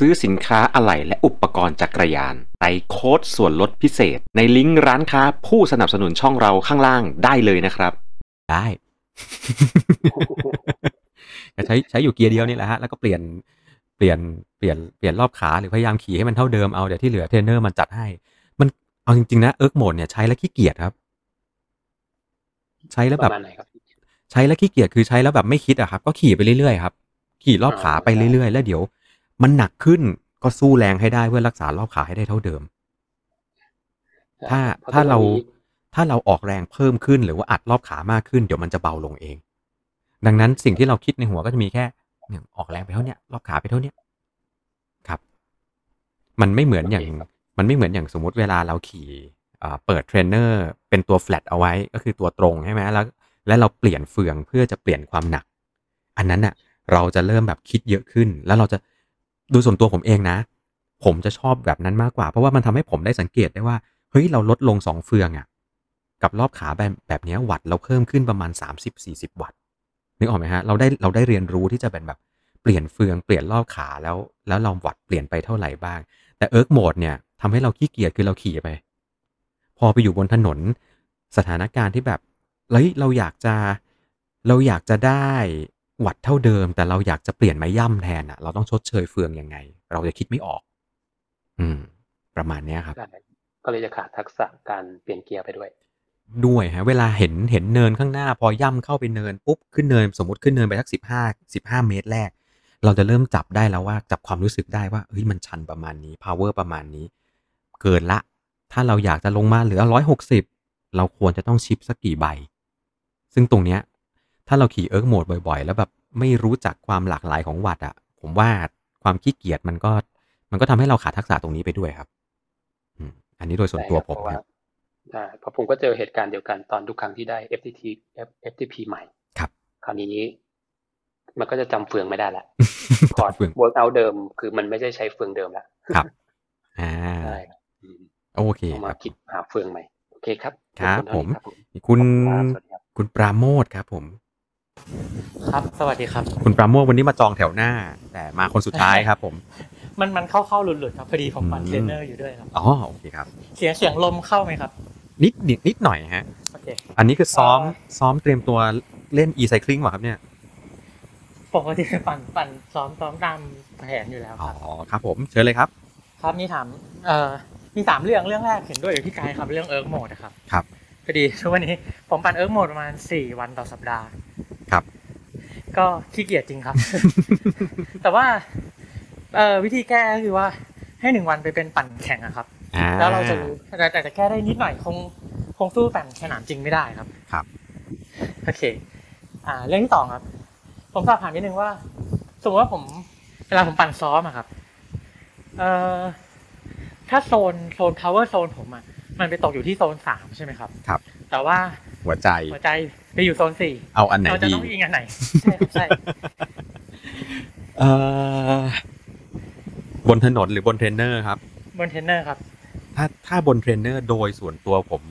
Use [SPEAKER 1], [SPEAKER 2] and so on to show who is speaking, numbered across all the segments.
[SPEAKER 1] ซื้อสินค้าอะไหล่และอุปกรณ์จักรยานใส่โค้ดส่วนลดพิเศษ ในลิงก์ร้านค้าผู้สนับสนุนช่องเราข้างล่างได้เลยนะครับ
[SPEAKER 2] ได้ ก็ใช้ใช้อยู่เกียร์เดียวนี่แหละฮะ แล้วก็เปลี่ยนเปลี่ยนเปลี่ยนเปลี่ยนรอบขาหรือพยายามขี่ให้มันเท่าเดิมเอาเดี๋ยวที่เหลือเทรนเนอร์มันจัดให้ มันเอาจริงๆนะเอิร์กโหมดเนี่ยใช้แล้วขี้เกียจครับ ใช้แล้ว
[SPEAKER 3] ป
[SPEAKER 2] แบบ
[SPEAKER 3] ระมาณไหนครับ
[SPEAKER 2] ใช้แล้วขี้เกียจคือใช้แล้วแบบไม่คิดอะครับ ก็ขี่ไปเรื่อยๆครับ ขี่รอบขาไปเรื่อยๆ แล้วเดี๋ยว มันหนักขึ้นก็สู้แรงให้ได้เพื่อรักษารอบขาให้ได้เท่าเดิม ถ้า
[SPEAKER 3] เพราะ
[SPEAKER 2] ถ้าเรา
[SPEAKER 3] ตอนนี้
[SPEAKER 2] ถ้าเราออกแรงเพิ่มขึ้นหรือว่าอัดรอบขามากขึ้นเดี๋ยวมันจะเบาลงเอง ดังนั้นสิ่งที่เราคิดในหัวก็จะมีแค่เนี่ยออกแรงไปเท่าเนี้ยรอบขาไปเท่าเนี้ยครับ มันไม่เหมือนอย่าง
[SPEAKER 3] โอเคครับ
[SPEAKER 2] มันไม่เหมือนอย่างสมมติเวลาเราขี่อ่าเปิดเทรนเนอร์เป็นตัว flat เอาไว้ก็คือตัวตรงใช่ไหมแล้ว และเราเปลี่ยนเฟืองเพื่อจะเปลี่ยนความหนัก อันนั้นน่ะ เราจะเริ่มแบบคิดเยอะขึ้น แล้วเราจะดูส่วนตัวผมเองนะ ผมจะชอบแบบนั้นมากกว่า เพราะว่ามันทำให้ผมได้สังเกตได้ว่า เฮ้ย เราลดลงสองเฟืองอะ่ะ กับรอบขาแบบแบบเนี้ยวัตต์เราเพิ่มขึ้นประมาณ 30-40 วัตต์นึกออกไหมฮะ เราได้เราได้เรียนรู้ที่จะเป็นแบบเปลี่ยนเฟืองเปลี่ยนรอบขาแล้ว แล้วเราวัตต์เปลี่ยนไปเท่าไหร่บ้าง แต่เอิร์กโหมดเนี่ยทำให้เราขี้เกียจคือเราขี่ไป พอไปอยู่บนถนน สถานการณ์ที่แบบเฮ้ยเราอยากจะเราอยากจะได้วัดเท่าเดิม แต่เราอยากจะเปลี่ยนไม้ย่ำแทนอะเราต้องชดเชยเฟืองยังไง เราจะคิดไม่ออก อืม ประมาณเนี้ยครับ
[SPEAKER 3] ได้ก็เลยจะขาดทักษะการเปลี่ยนเกียร์ไปด้วย
[SPEAKER 2] ด้วยฮะเวลาเห็นเห็นเนินข้างหน้า พอย่ำเข้าไปเนินปุ๊บขึ้นเนินสมมติขึ้นเนินไปสักสิบห้าสิบห้าเมตรแรก เราจะเริ่มจับได้แล้วว่าจับความรู้สึกได้ว่าเฮ้ยมันชันประมาณนี้ power ประมาณนี้ เกินละ ถ้าเราอยากจะลงมาเหลือร้อยหกสิบเราควรจะต้องชิปสักกี่ใบ ซึ่งตรงเนี้ย ถ้าเราขี่เอิร์กโหมดบ่อยๆ แล้วแบบไม่รู้จักความหลากหลายของวัดอะผมว่าความขี้เกียจมันก็ มันก็ทำให้เราขาดทักษะตรงนี้ไปด้วยครับ อืมอันนี้โดยส่วนตัวผม
[SPEAKER 3] ใช่ครับเพราะว่า
[SPEAKER 2] นะ
[SPEAKER 3] อ่าเพราะผมก็เจอเหตุการณ์เดียวกันตอนทุกครั้งที่ได้ FTT F- FTP ใหม่
[SPEAKER 2] ครับ
[SPEAKER 3] คราวนี้ มันก็จะจำเฟืองไม่ได้ ละ คอร์ด
[SPEAKER 2] เฟือง
[SPEAKER 3] เวิร์กเอาเดิม คือมันไม่ได้ใช้เฟืองเดิมละ
[SPEAKER 2] อ่า
[SPEAKER 3] ใช่ครับอืม
[SPEAKER 2] โอเค
[SPEAKER 3] ต้อง
[SPEAKER 2] ค
[SPEAKER 3] มา
[SPEAKER 2] รับ
[SPEAKER 3] คิดหาเฟืองใหม่ โอเคครับ
[SPEAKER 2] ครับ
[SPEAKER 3] ขอณเท่านี้
[SPEAKER 2] ผม คุณ
[SPEAKER 3] ครับผมขอบคุณครับสวัสดีครับ
[SPEAKER 2] คุณปราโมทครับผม
[SPEAKER 4] ครับ สวัสดีครับ
[SPEAKER 2] คุณปราโมทวันนี้มาจองแถวหน้า แต่มาคนสุดท้ายครับผม
[SPEAKER 4] มันมันเข้าเข้าๆหลุดหลุดๆครับพอดีผมปั่น
[SPEAKER 2] อืม
[SPEAKER 4] เทรนเนอร์อยู่ด้วยครับ
[SPEAKER 2] อ๋อโอเคครับ
[SPEAKER 4] เสียงเสียงลมเข้าไหมครับ
[SPEAKER 2] นิดนิดนิดหน่อยฮะ
[SPEAKER 4] โอเค
[SPEAKER 2] อันนี้คือซ้อม
[SPEAKER 4] อ่า
[SPEAKER 2] ซ้อมเตรียมตัวเล่น e-cycling เหรอครับเนี่ย
[SPEAKER 4] ปกติปั่นปั่นซ้อมซ้อมตามแผนอยู่แล้ว
[SPEAKER 2] อ๋
[SPEAKER 4] ค
[SPEAKER 2] อ
[SPEAKER 4] รับ
[SPEAKER 2] ครับผม เชิญเลยครับ
[SPEAKER 4] ครับมีถามเอ่อมีสามเรื่องเรื่องแรกเห็นด้วยอยู่ที่กายครับเรื่องเอิร์กโหมดครับ
[SPEAKER 2] ครับ
[SPEAKER 4] พอดีช่วงวันนี้ผมปั่นเอิร์กโหมดประมาณสี่วันต่อสัปดาห์
[SPEAKER 2] ครับ
[SPEAKER 4] ก็ขี้เกียจจริงครับ แต่ว่าเอ่อวิธีแก้ก็คือว่าให้หนึ่งวันไปเป็นปั่นแข่งอะครับ
[SPEAKER 2] อ่า
[SPEAKER 4] แล้วเราจะรู้แต่แต่จะแก้ได้นิดหน่อยคงคงสู้แต่สนามจริงไม่ได้ครับ
[SPEAKER 2] ครับ
[SPEAKER 4] โอเค อ่า เรื่องที่สองครับ ผมสอบถามนิดนึงว่า สมมติว่าผมเวลาผมปั่นซ้อมอะครับ เอ่อถ้าโซนโซน power zone ผมอะมันไปตกอยู่ที่โซนสามใช่ไหมครับ
[SPEAKER 2] ครับ
[SPEAKER 4] แต่ว่า
[SPEAKER 2] หัวใจ
[SPEAKER 4] หัวใจไปอยู่โซนสี่
[SPEAKER 2] เอาอันไหน
[SPEAKER 4] เราจะ
[SPEAKER 2] ดี
[SPEAKER 4] ต้องยิงอันไหน ใช่ครับใช่
[SPEAKER 2] เอ่อบนถนนหรือบนเทรนเนอร์ครับ
[SPEAKER 4] บนเทรนเนอร์ครับ
[SPEAKER 2] ถ้าถ้าบนเทรนเนอร์โดยส่วนตัวผม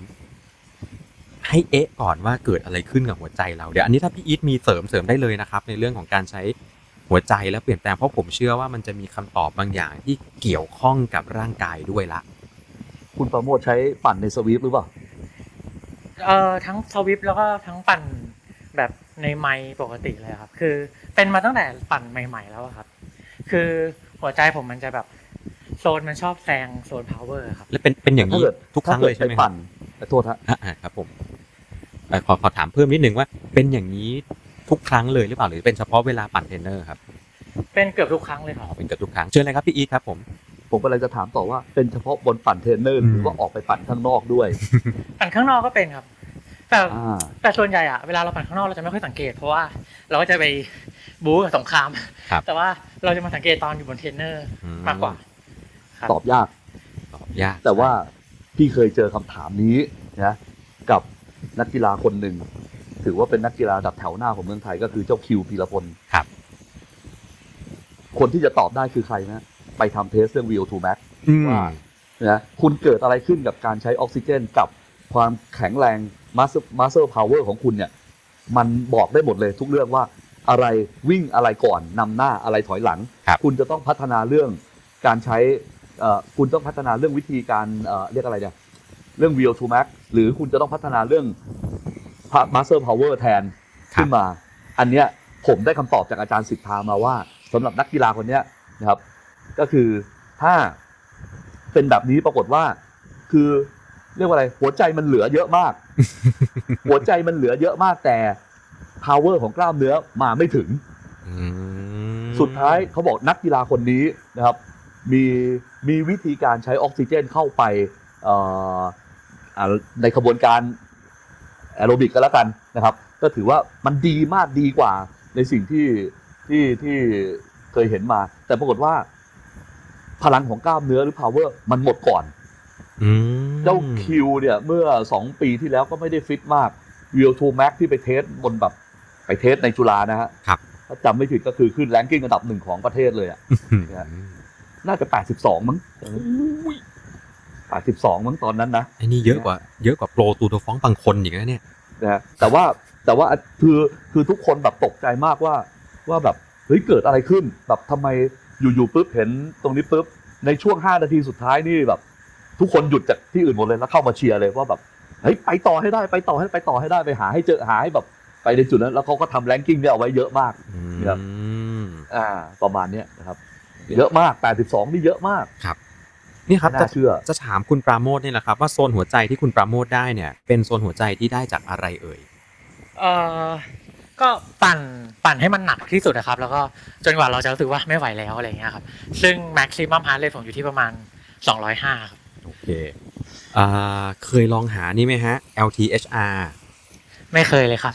[SPEAKER 2] ให้เอ๊ะก่อนว่าเกิดอะไรขึ้นกับหัวใจเราเดี๋ยวอันนี้ถ้าพี่อีทมีเสริมเสริมได้เลยนะครับ ในเรื่องของการใช้หัวใจและเปลี่ยนแปลงเพราะผมเชื่อว่ามันจะมีคำตอบบางอย่างที่เกี่ยวข้องกับร่างกายด้วยละ
[SPEAKER 5] คุณประโมทใช้ปั่นในสวีปหรือเปล่า
[SPEAKER 4] เอ่อทั้งสวิปแล้วก็ทั้งปั่นแบบในไมค์ปกติเลยครับ คือเป็นมาตั้งแต่ปั่นใหม่ ๆ แล้วอะครับ คือหัวใจผมมันจะแบบโซนมันชอบแซงโซนพาวเวอร์ครับ
[SPEAKER 2] และเป็นเป็นอย่างนี้
[SPEAKER 5] ถ้าเกิด
[SPEAKER 2] ทุกครั้งเลยใช่ไหม
[SPEAKER 5] ถ้า
[SPEAKER 2] ครับ
[SPEAKER 5] ปั่นขอโทษฮะ
[SPEAKER 2] อ่ะอ่ะครับผมเอ่อขอขอถามเพิ่มนิดนึงว่า เป็นอย่างนี้ทุกครั้งเลยหรือเปล่าหรือเป็นเฉพาะเวลาปั่นเทรนเนอร์ครับ
[SPEAKER 4] เป็นเกือบทุกครั้งเลยค
[SPEAKER 2] อ๋
[SPEAKER 4] รั
[SPEAKER 2] อบ เป็นเกับทุกครั้งเชิญเลยครับพี่อีทครับผม
[SPEAKER 5] ผมกำลังจะถามต่อว่าเป็นเฉพาะบนปั่นเทรนเนอร์
[SPEAKER 2] อืม
[SPEAKER 5] หรือว่าออกไปปั่นข้างนอกด้วย
[SPEAKER 4] ปั่นข้างนอกก็เป็นครับ แต่
[SPEAKER 5] อ่า
[SPEAKER 4] แต่ส่วนใหญ่อะเวลาเราปั่นข้างนอกเราจะไม่ค่อยสังเกต เพราะว่าเราก็จะไปบู๊กับสงคราม
[SPEAKER 2] ครับ
[SPEAKER 4] แต่ว่าเราจะมาสังเกตตอนอยู่บนเทรนเนอร์
[SPEAKER 2] อื
[SPEAKER 4] มากกว่า ครับ
[SPEAKER 5] ตอบยาก
[SPEAKER 2] ตอบยาก
[SPEAKER 5] แต่ว่าพี่เคยเจอคำถามนี้นะกับนักกีฬาคนหนึ่ง ถือว่าเป็นนักกีฬาระดับแถวหน้าของเมืองไทยก็คือเจ้าคิวพีรพล
[SPEAKER 2] ครับ
[SPEAKER 5] คนที่จะตอบได้คือใครนะ ไปทำเทสเรื่อง VO2 max
[SPEAKER 2] อืม
[SPEAKER 5] ว่า นะคุณเกิดอะไรขึ้นกับการใช้ออกซิเจนกับความแข็งแรงมาสเตอร์พาวเวอร์ของคุณเนี่ย มันบอกได้หมดเลยทุกเรื่องว่า อะไรวิ่งอะไรก่อนนำหน้าอะไรถอยหลัง
[SPEAKER 2] ครับ
[SPEAKER 5] คุณจะต้องพัฒนาเรื่องการใช้เอ่อคุณต้องพัฒนาเรื่องวิธีการเอ่อเรียกอะไรเนี่ยเรื่อง wheel to max หรือคุณจะต้องพัฒนาเรื่อง master power แทน
[SPEAKER 2] ครับ
[SPEAKER 5] ขึ้นมา อันเนี้ยผมได้คำตอบจากอาจารย์สิทธามาว่าสำหรับนักกีฬาคนเนี้ยนะครับ ก็คือถ้าเป็นแบบนี้ปรากฏว่า คือเรียกว่าอะไร หัวใจมันเหลือเยอะมาก หัวใจมันเหลือเยอะมากแต่ power ของกล้ามเนื้อมาไม่ถึง
[SPEAKER 2] อืม
[SPEAKER 5] สุดท้ายเขาบอกนักกีฬาคนนี้นะครับมีมีวิธีการใช้ออกซิเจนเข้าไปเอ่ออ่าในขบวนการแอโรบิกก็แล้วกันนะครับ ก็ถือว่ามันดีมากดีกว่าในสิ่งที่ที่ที่เคยเห็นมา แต่ปรากฏว่า พลังของกล้ามเนื้อหรือ power มันหมดก่อน
[SPEAKER 2] อืม
[SPEAKER 5] เจ้าคิวเนี่ยเมื่อ 2 ปีที่แล้วก็ไม่ได้ฟิตมากวิวทูแม็กที่ไปเทสบนแบบไปเทสในจุฬานะฮะ
[SPEAKER 2] ครับ
[SPEAKER 5] ถ้าจำไม่ผิดก็คือขึ้นแรงกิ้งอันดับหนึ่งของประเทศเลยอะ
[SPEAKER 2] อืม
[SPEAKER 5] น่าจะ 82 มั้ง82 มั้งตอนนั้นนะ
[SPEAKER 2] ไอ้นี่เยอะกว่า เยอะกว่าโปรตูโดฟ้องบางคนอีกนะเนี่ย
[SPEAKER 5] นะฮะแต่ว่าแต่ว่าคือคือทุกคนแบบตกใจมากว่าว่าแบบเฮ้ยเกิดอะไรขึ้น แบบทำไมอยู่ๆปุ๊บเห็นตรงนี้ปุ๊บในช่วง 5 นาทีสุดท้ายนี่แบบ ทุกคนหยุดจากที่อื่นหมดเลยแล้วเข้ามาเชียร์เลยว่าแบบเฮ้ยไปต่อให้ได้ไปต่อให้ไปต่อให้ได้ไปหาให้เจอหาให้แบบไปในจุดนั้นแล้วเขาก็ทำแรงกิ้งเนี่ยเอาไว้เยอะมาก
[SPEAKER 2] อื
[SPEAKER 5] ครับ
[SPEAKER 2] ม
[SPEAKER 5] อ่า ประมาณเนี้ยนะครับ เยอะมาก 82 นี่เยอะมาก
[SPEAKER 2] นี่ครับ
[SPEAKER 5] น่า
[SPEAKER 2] จะ
[SPEAKER 5] เชื่อ
[SPEAKER 2] จะถามคุณปราโมทนี่แหละครับ ว่าโซนหัวใจที่คุณปราโมทได้เนี่ย เป็นโซนหัวใจที่ได้จากอะไรเอ่ย
[SPEAKER 4] เอ่อก็ปั่นปั่นให้มันหนักที่สุดนะครับ แล้วก็จนกว่าเราจะรู้สึกว่าไม่ไหวแล้วอะไรอย่างเงี้ยครับ ซึ่ง maximum heart rate ผมอยู่ที่ประมาณ 205ครับ
[SPEAKER 2] โอเคอ่าเคยลองหานี่ไหมฮะ LTHR
[SPEAKER 4] ไม่เคยเลยครับ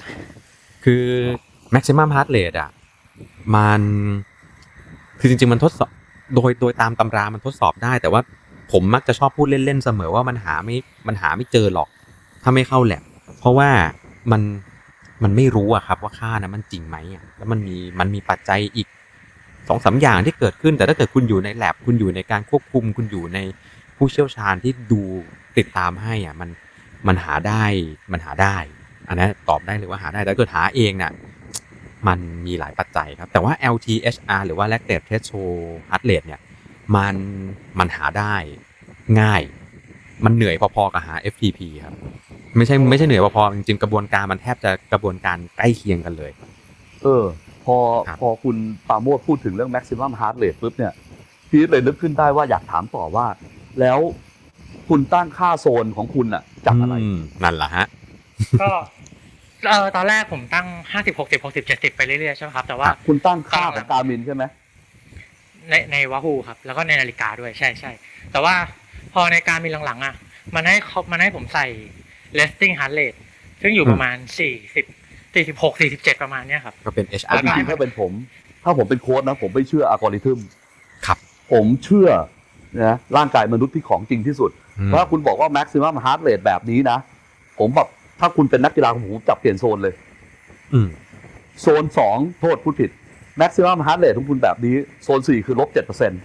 [SPEAKER 2] คือ maximum heart rate อ่ะ มัน คือจริง ๆ มันทดสอบ โดย โดยตามตำรามันทดสอบได้ แต่ว่าผมมักจะชอบพูดเล่น ๆ เสมอว่ามันหาไม่ มันหาไม่เจอหรอก ถ้าไม่เข้าแลบเพราะว่ามัน มันไม่รู้อะครับว่าค่านะมันจริงไหมอะแล้วมันมี มันมีปัจจัยอีกสองสามอย่างที่เกิดขึ้น แต่ถ้าเกิดคุณอยู่ในแลบคุณอยู่ในการควบคุม คุณอยู่ในผู้เชี่ยวชาญที่ดูติดตามให้อะมัน มันหาได้ มันหาได้ อันนั้นตอบได้เลยว่าหาได้แต่ถ้าเกิดหาเองน่ะมันมีหลายปัจจัยครับ แต่ว่า LTHR หรือว่า lactate threshold heart rate เนี่ยมันมันหาได้ง่าย มันเหนื่อยพอๆกับหา FTP ครับ ไม่ใช่ไม่ใช่เหนื่อยพอๆจริงๆ กระบวนการมันแทบจะกระบวนการใกล้เคียงกันเลย
[SPEAKER 5] เออพอ
[SPEAKER 2] ครับ
[SPEAKER 5] พอคุณปราโมดพูดถึงเรื่อง maximum heart rate ปุ๊บเนี่ยพีทเลยนึกขึ้นได้ว่าอยากถามต่อว่า แล้วคุณตั้งค่าโซนของคุณอะจากอะไร
[SPEAKER 2] มนั่นแหละฮะ
[SPEAKER 4] ก็เออตอนแรกผมตั้ง 50 60 60 70 ไปเรื่อยๆใช่ไหมครับ แต่ว่า
[SPEAKER 5] คุณตั้งค่าของการมินใช่ไหม
[SPEAKER 4] ในในวาฮูครับ แล้วก็ในนาฬิกาด้วยใช่ใช่แต่ว่าพอในการมีหลังๆอ่ะ มันให้เขามันให้ผมใส่ resting heart rate ซึ่งอยู่ประมาณ 40 46 47 ประมาณเนี้ยครับ
[SPEAKER 2] ก็เป็น
[SPEAKER 5] เอา
[SPEAKER 2] HR
[SPEAKER 5] จริงๆถ้าเป็นผม ถ้าผมเป็นโค้ดนะ ผมไม่เชื่ออัลกอริทึม
[SPEAKER 2] ครับ
[SPEAKER 5] ผมเชื่อนะร่างกายมนุษย์ที่ของจริงที่สุด
[SPEAKER 2] อืม
[SPEAKER 5] ถ้าคุณบอกว่า maximum heart rate แบบนี้นะ ผมแบบถ้าคุณเป็นนักกีฬาของผมผมจับเปลี่ยนโซนเลย
[SPEAKER 2] อืม
[SPEAKER 5] โซนสองโทษพูดผิด maximum heart rate ของคุณแบบนี้ โซนสี่คือลบเจ็ดเปอร์เซ็นต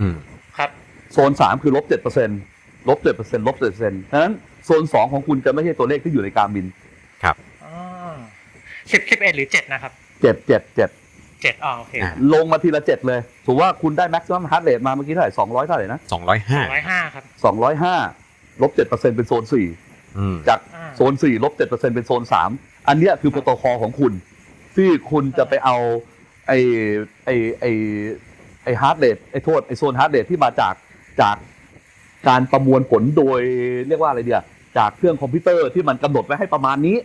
[SPEAKER 2] อืม
[SPEAKER 4] ครับ
[SPEAKER 5] โซนสามคือลบเจ็ดเปอร์เซ็นลบเจ็ดเปอร์เซ็นลบเจ็ดเปอร์เซ็นฉะนั้นโซนสองของคุณจะไม่ใช่ตัวเลขที่อยู่ในการบิน
[SPEAKER 4] อ๋อสิบสิบเอ็ดหรือเจ็ดนะครับ
[SPEAKER 5] เจ็ดเจ็ดเจ็ด
[SPEAKER 4] เจ็ดอ๋อโอเค
[SPEAKER 2] อ่ะ
[SPEAKER 5] ลงมาทีละเจ็ดเลยถือว่าคุณได้ maximum heart rate มาเมื่อกี้เท่าไหร่สองร้อยเท่าไหร่นะ
[SPEAKER 2] สองร้อย
[SPEAKER 4] ส
[SPEAKER 2] ห้า
[SPEAKER 4] องร้อยห้าครับ
[SPEAKER 5] สองร้อยห้าลบเจ็ดเปอร์เซ็นเป็นโซนสี่
[SPEAKER 2] อืม
[SPEAKER 5] จาก
[SPEAKER 4] อ่า
[SPEAKER 5] โซนสี่ลบเจ็ดเปอร์เซ็นเป็นโซนสามอันเนี้ยคือโปรโตคอลของคุณ ที่คุณจะไปเอาไอไอไอไอ heart rate ไอโทษไอโซน heart rate ที่มาจากจากการประมวลผลโดยเรียกว่าอะไรเดียจากเครื่องคอมพิวเตอร์ที่มันกำหนดไว้ให้ประมาณนี้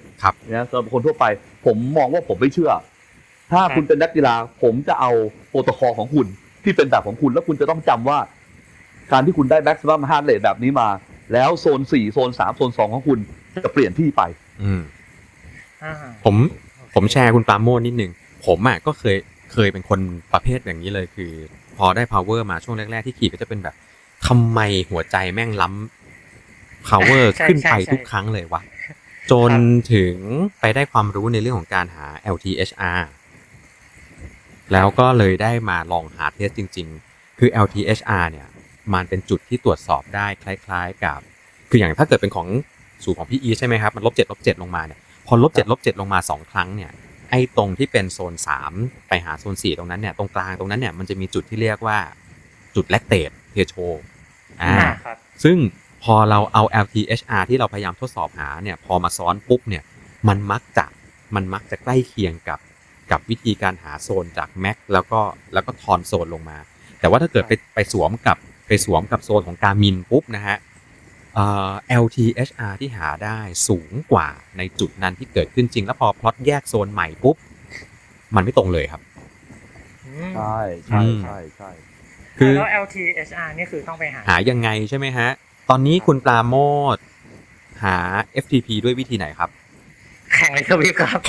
[SPEAKER 5] นะสำหรับคนทั่วไปผมมองว่าผมไม่เชื่อ ถ้าคุณเป็นนักกีฬาผมจะเอาโปรโตคอลของคุณ ที่เป็นแบบของคุณแล้วคุณจะต้องจำว่า การที่คุณได้แม็กซ์ว่าฮาร์ดเรทแบบนี้มา แล้วโซนสี่โซนสามโซนสองของคุณจะเปลี่ยนที่ไป
[SPEAKER 2] อืม
[SPEAKER 4] อ่า
[SPEAKER 2] ผมผมแชร์คุณปราโมทนิดนึง ผมอ่ะก็เคยเคยเป็นคนประเภทอย่างนี้เลยคือ พอได้ power มาช่วงแรก ๆ ที่ขี่ก็จะเป็นแบบทำไมหัวใจแม่งล้ำ power ขึ้นไปทุกครั้งเลยวะ จนถึงไปได้ความรู้ในเรื่องของการหา LTHR แล้วก็เลยได้มาลองหาเทสจริง ๆ คือ LTHR เนี่ยมันเป็นจุดที่ตรวจสอบได้คล้าย ๆ กับ คืออย่างถ้าเกิดเป็นของสูตรของพี่อีทใช่ไหมครับ มันลบเจ็ดลบเจ็ดลงมาเนี่ย พอลบเจ็ดลบเจ็ดลงมาสองครั้งเนี่ย ไอ้ตรงที่เป็นโซน 3 ไปหาโซน 4 ตรงนั้นเนี่ย ตรงกลางตรงนั้นเนี่ย มันจะมีจุดที่เรียกว่าจุดแลคเตตเทโชอ่า
[SPEAKER 4] อ่าครับ
[SPEAKER 2] ซึ่งพอเราเอา LTHR ที่เราพยายามทดสอบหาเนี่ย พอมาซ้อนปุ๊บเนี่ย มันมักจะมันมักจะใกล้เคียงกับกับวิธีการหาโซนจากแม็กแล้วก็แล้วก็ทอนโซนลงมา แต่ว่าถ้าเกิดไปไปสวมกับไปสวมกับโซนของการมินปุ๊บนะฮะเอ่อ LTHR ที่หาได้สูงกว่าในจุดนั้นที่เกิดขึ้นจริง แล้วพอพลอตแยกโซนใหม่ปุ๊บ มันไม่ตรงเลยครับ
[SPEAKER 4] อืม
[SPEAKER 5] ใช่ใช่ใช่ใช่
[SPEAKER 2] คือ
[SPEAKER 4] แล้ว LTHR นี่คือต้องไปหา
[SPEAKER 2] หายังไงใช่ไหมฮะ ตอนนี้คุณปราโมทหา FTP ด้วยวิธีไหนครับ
[SPEAKER 4] แข่งในทวีปครับ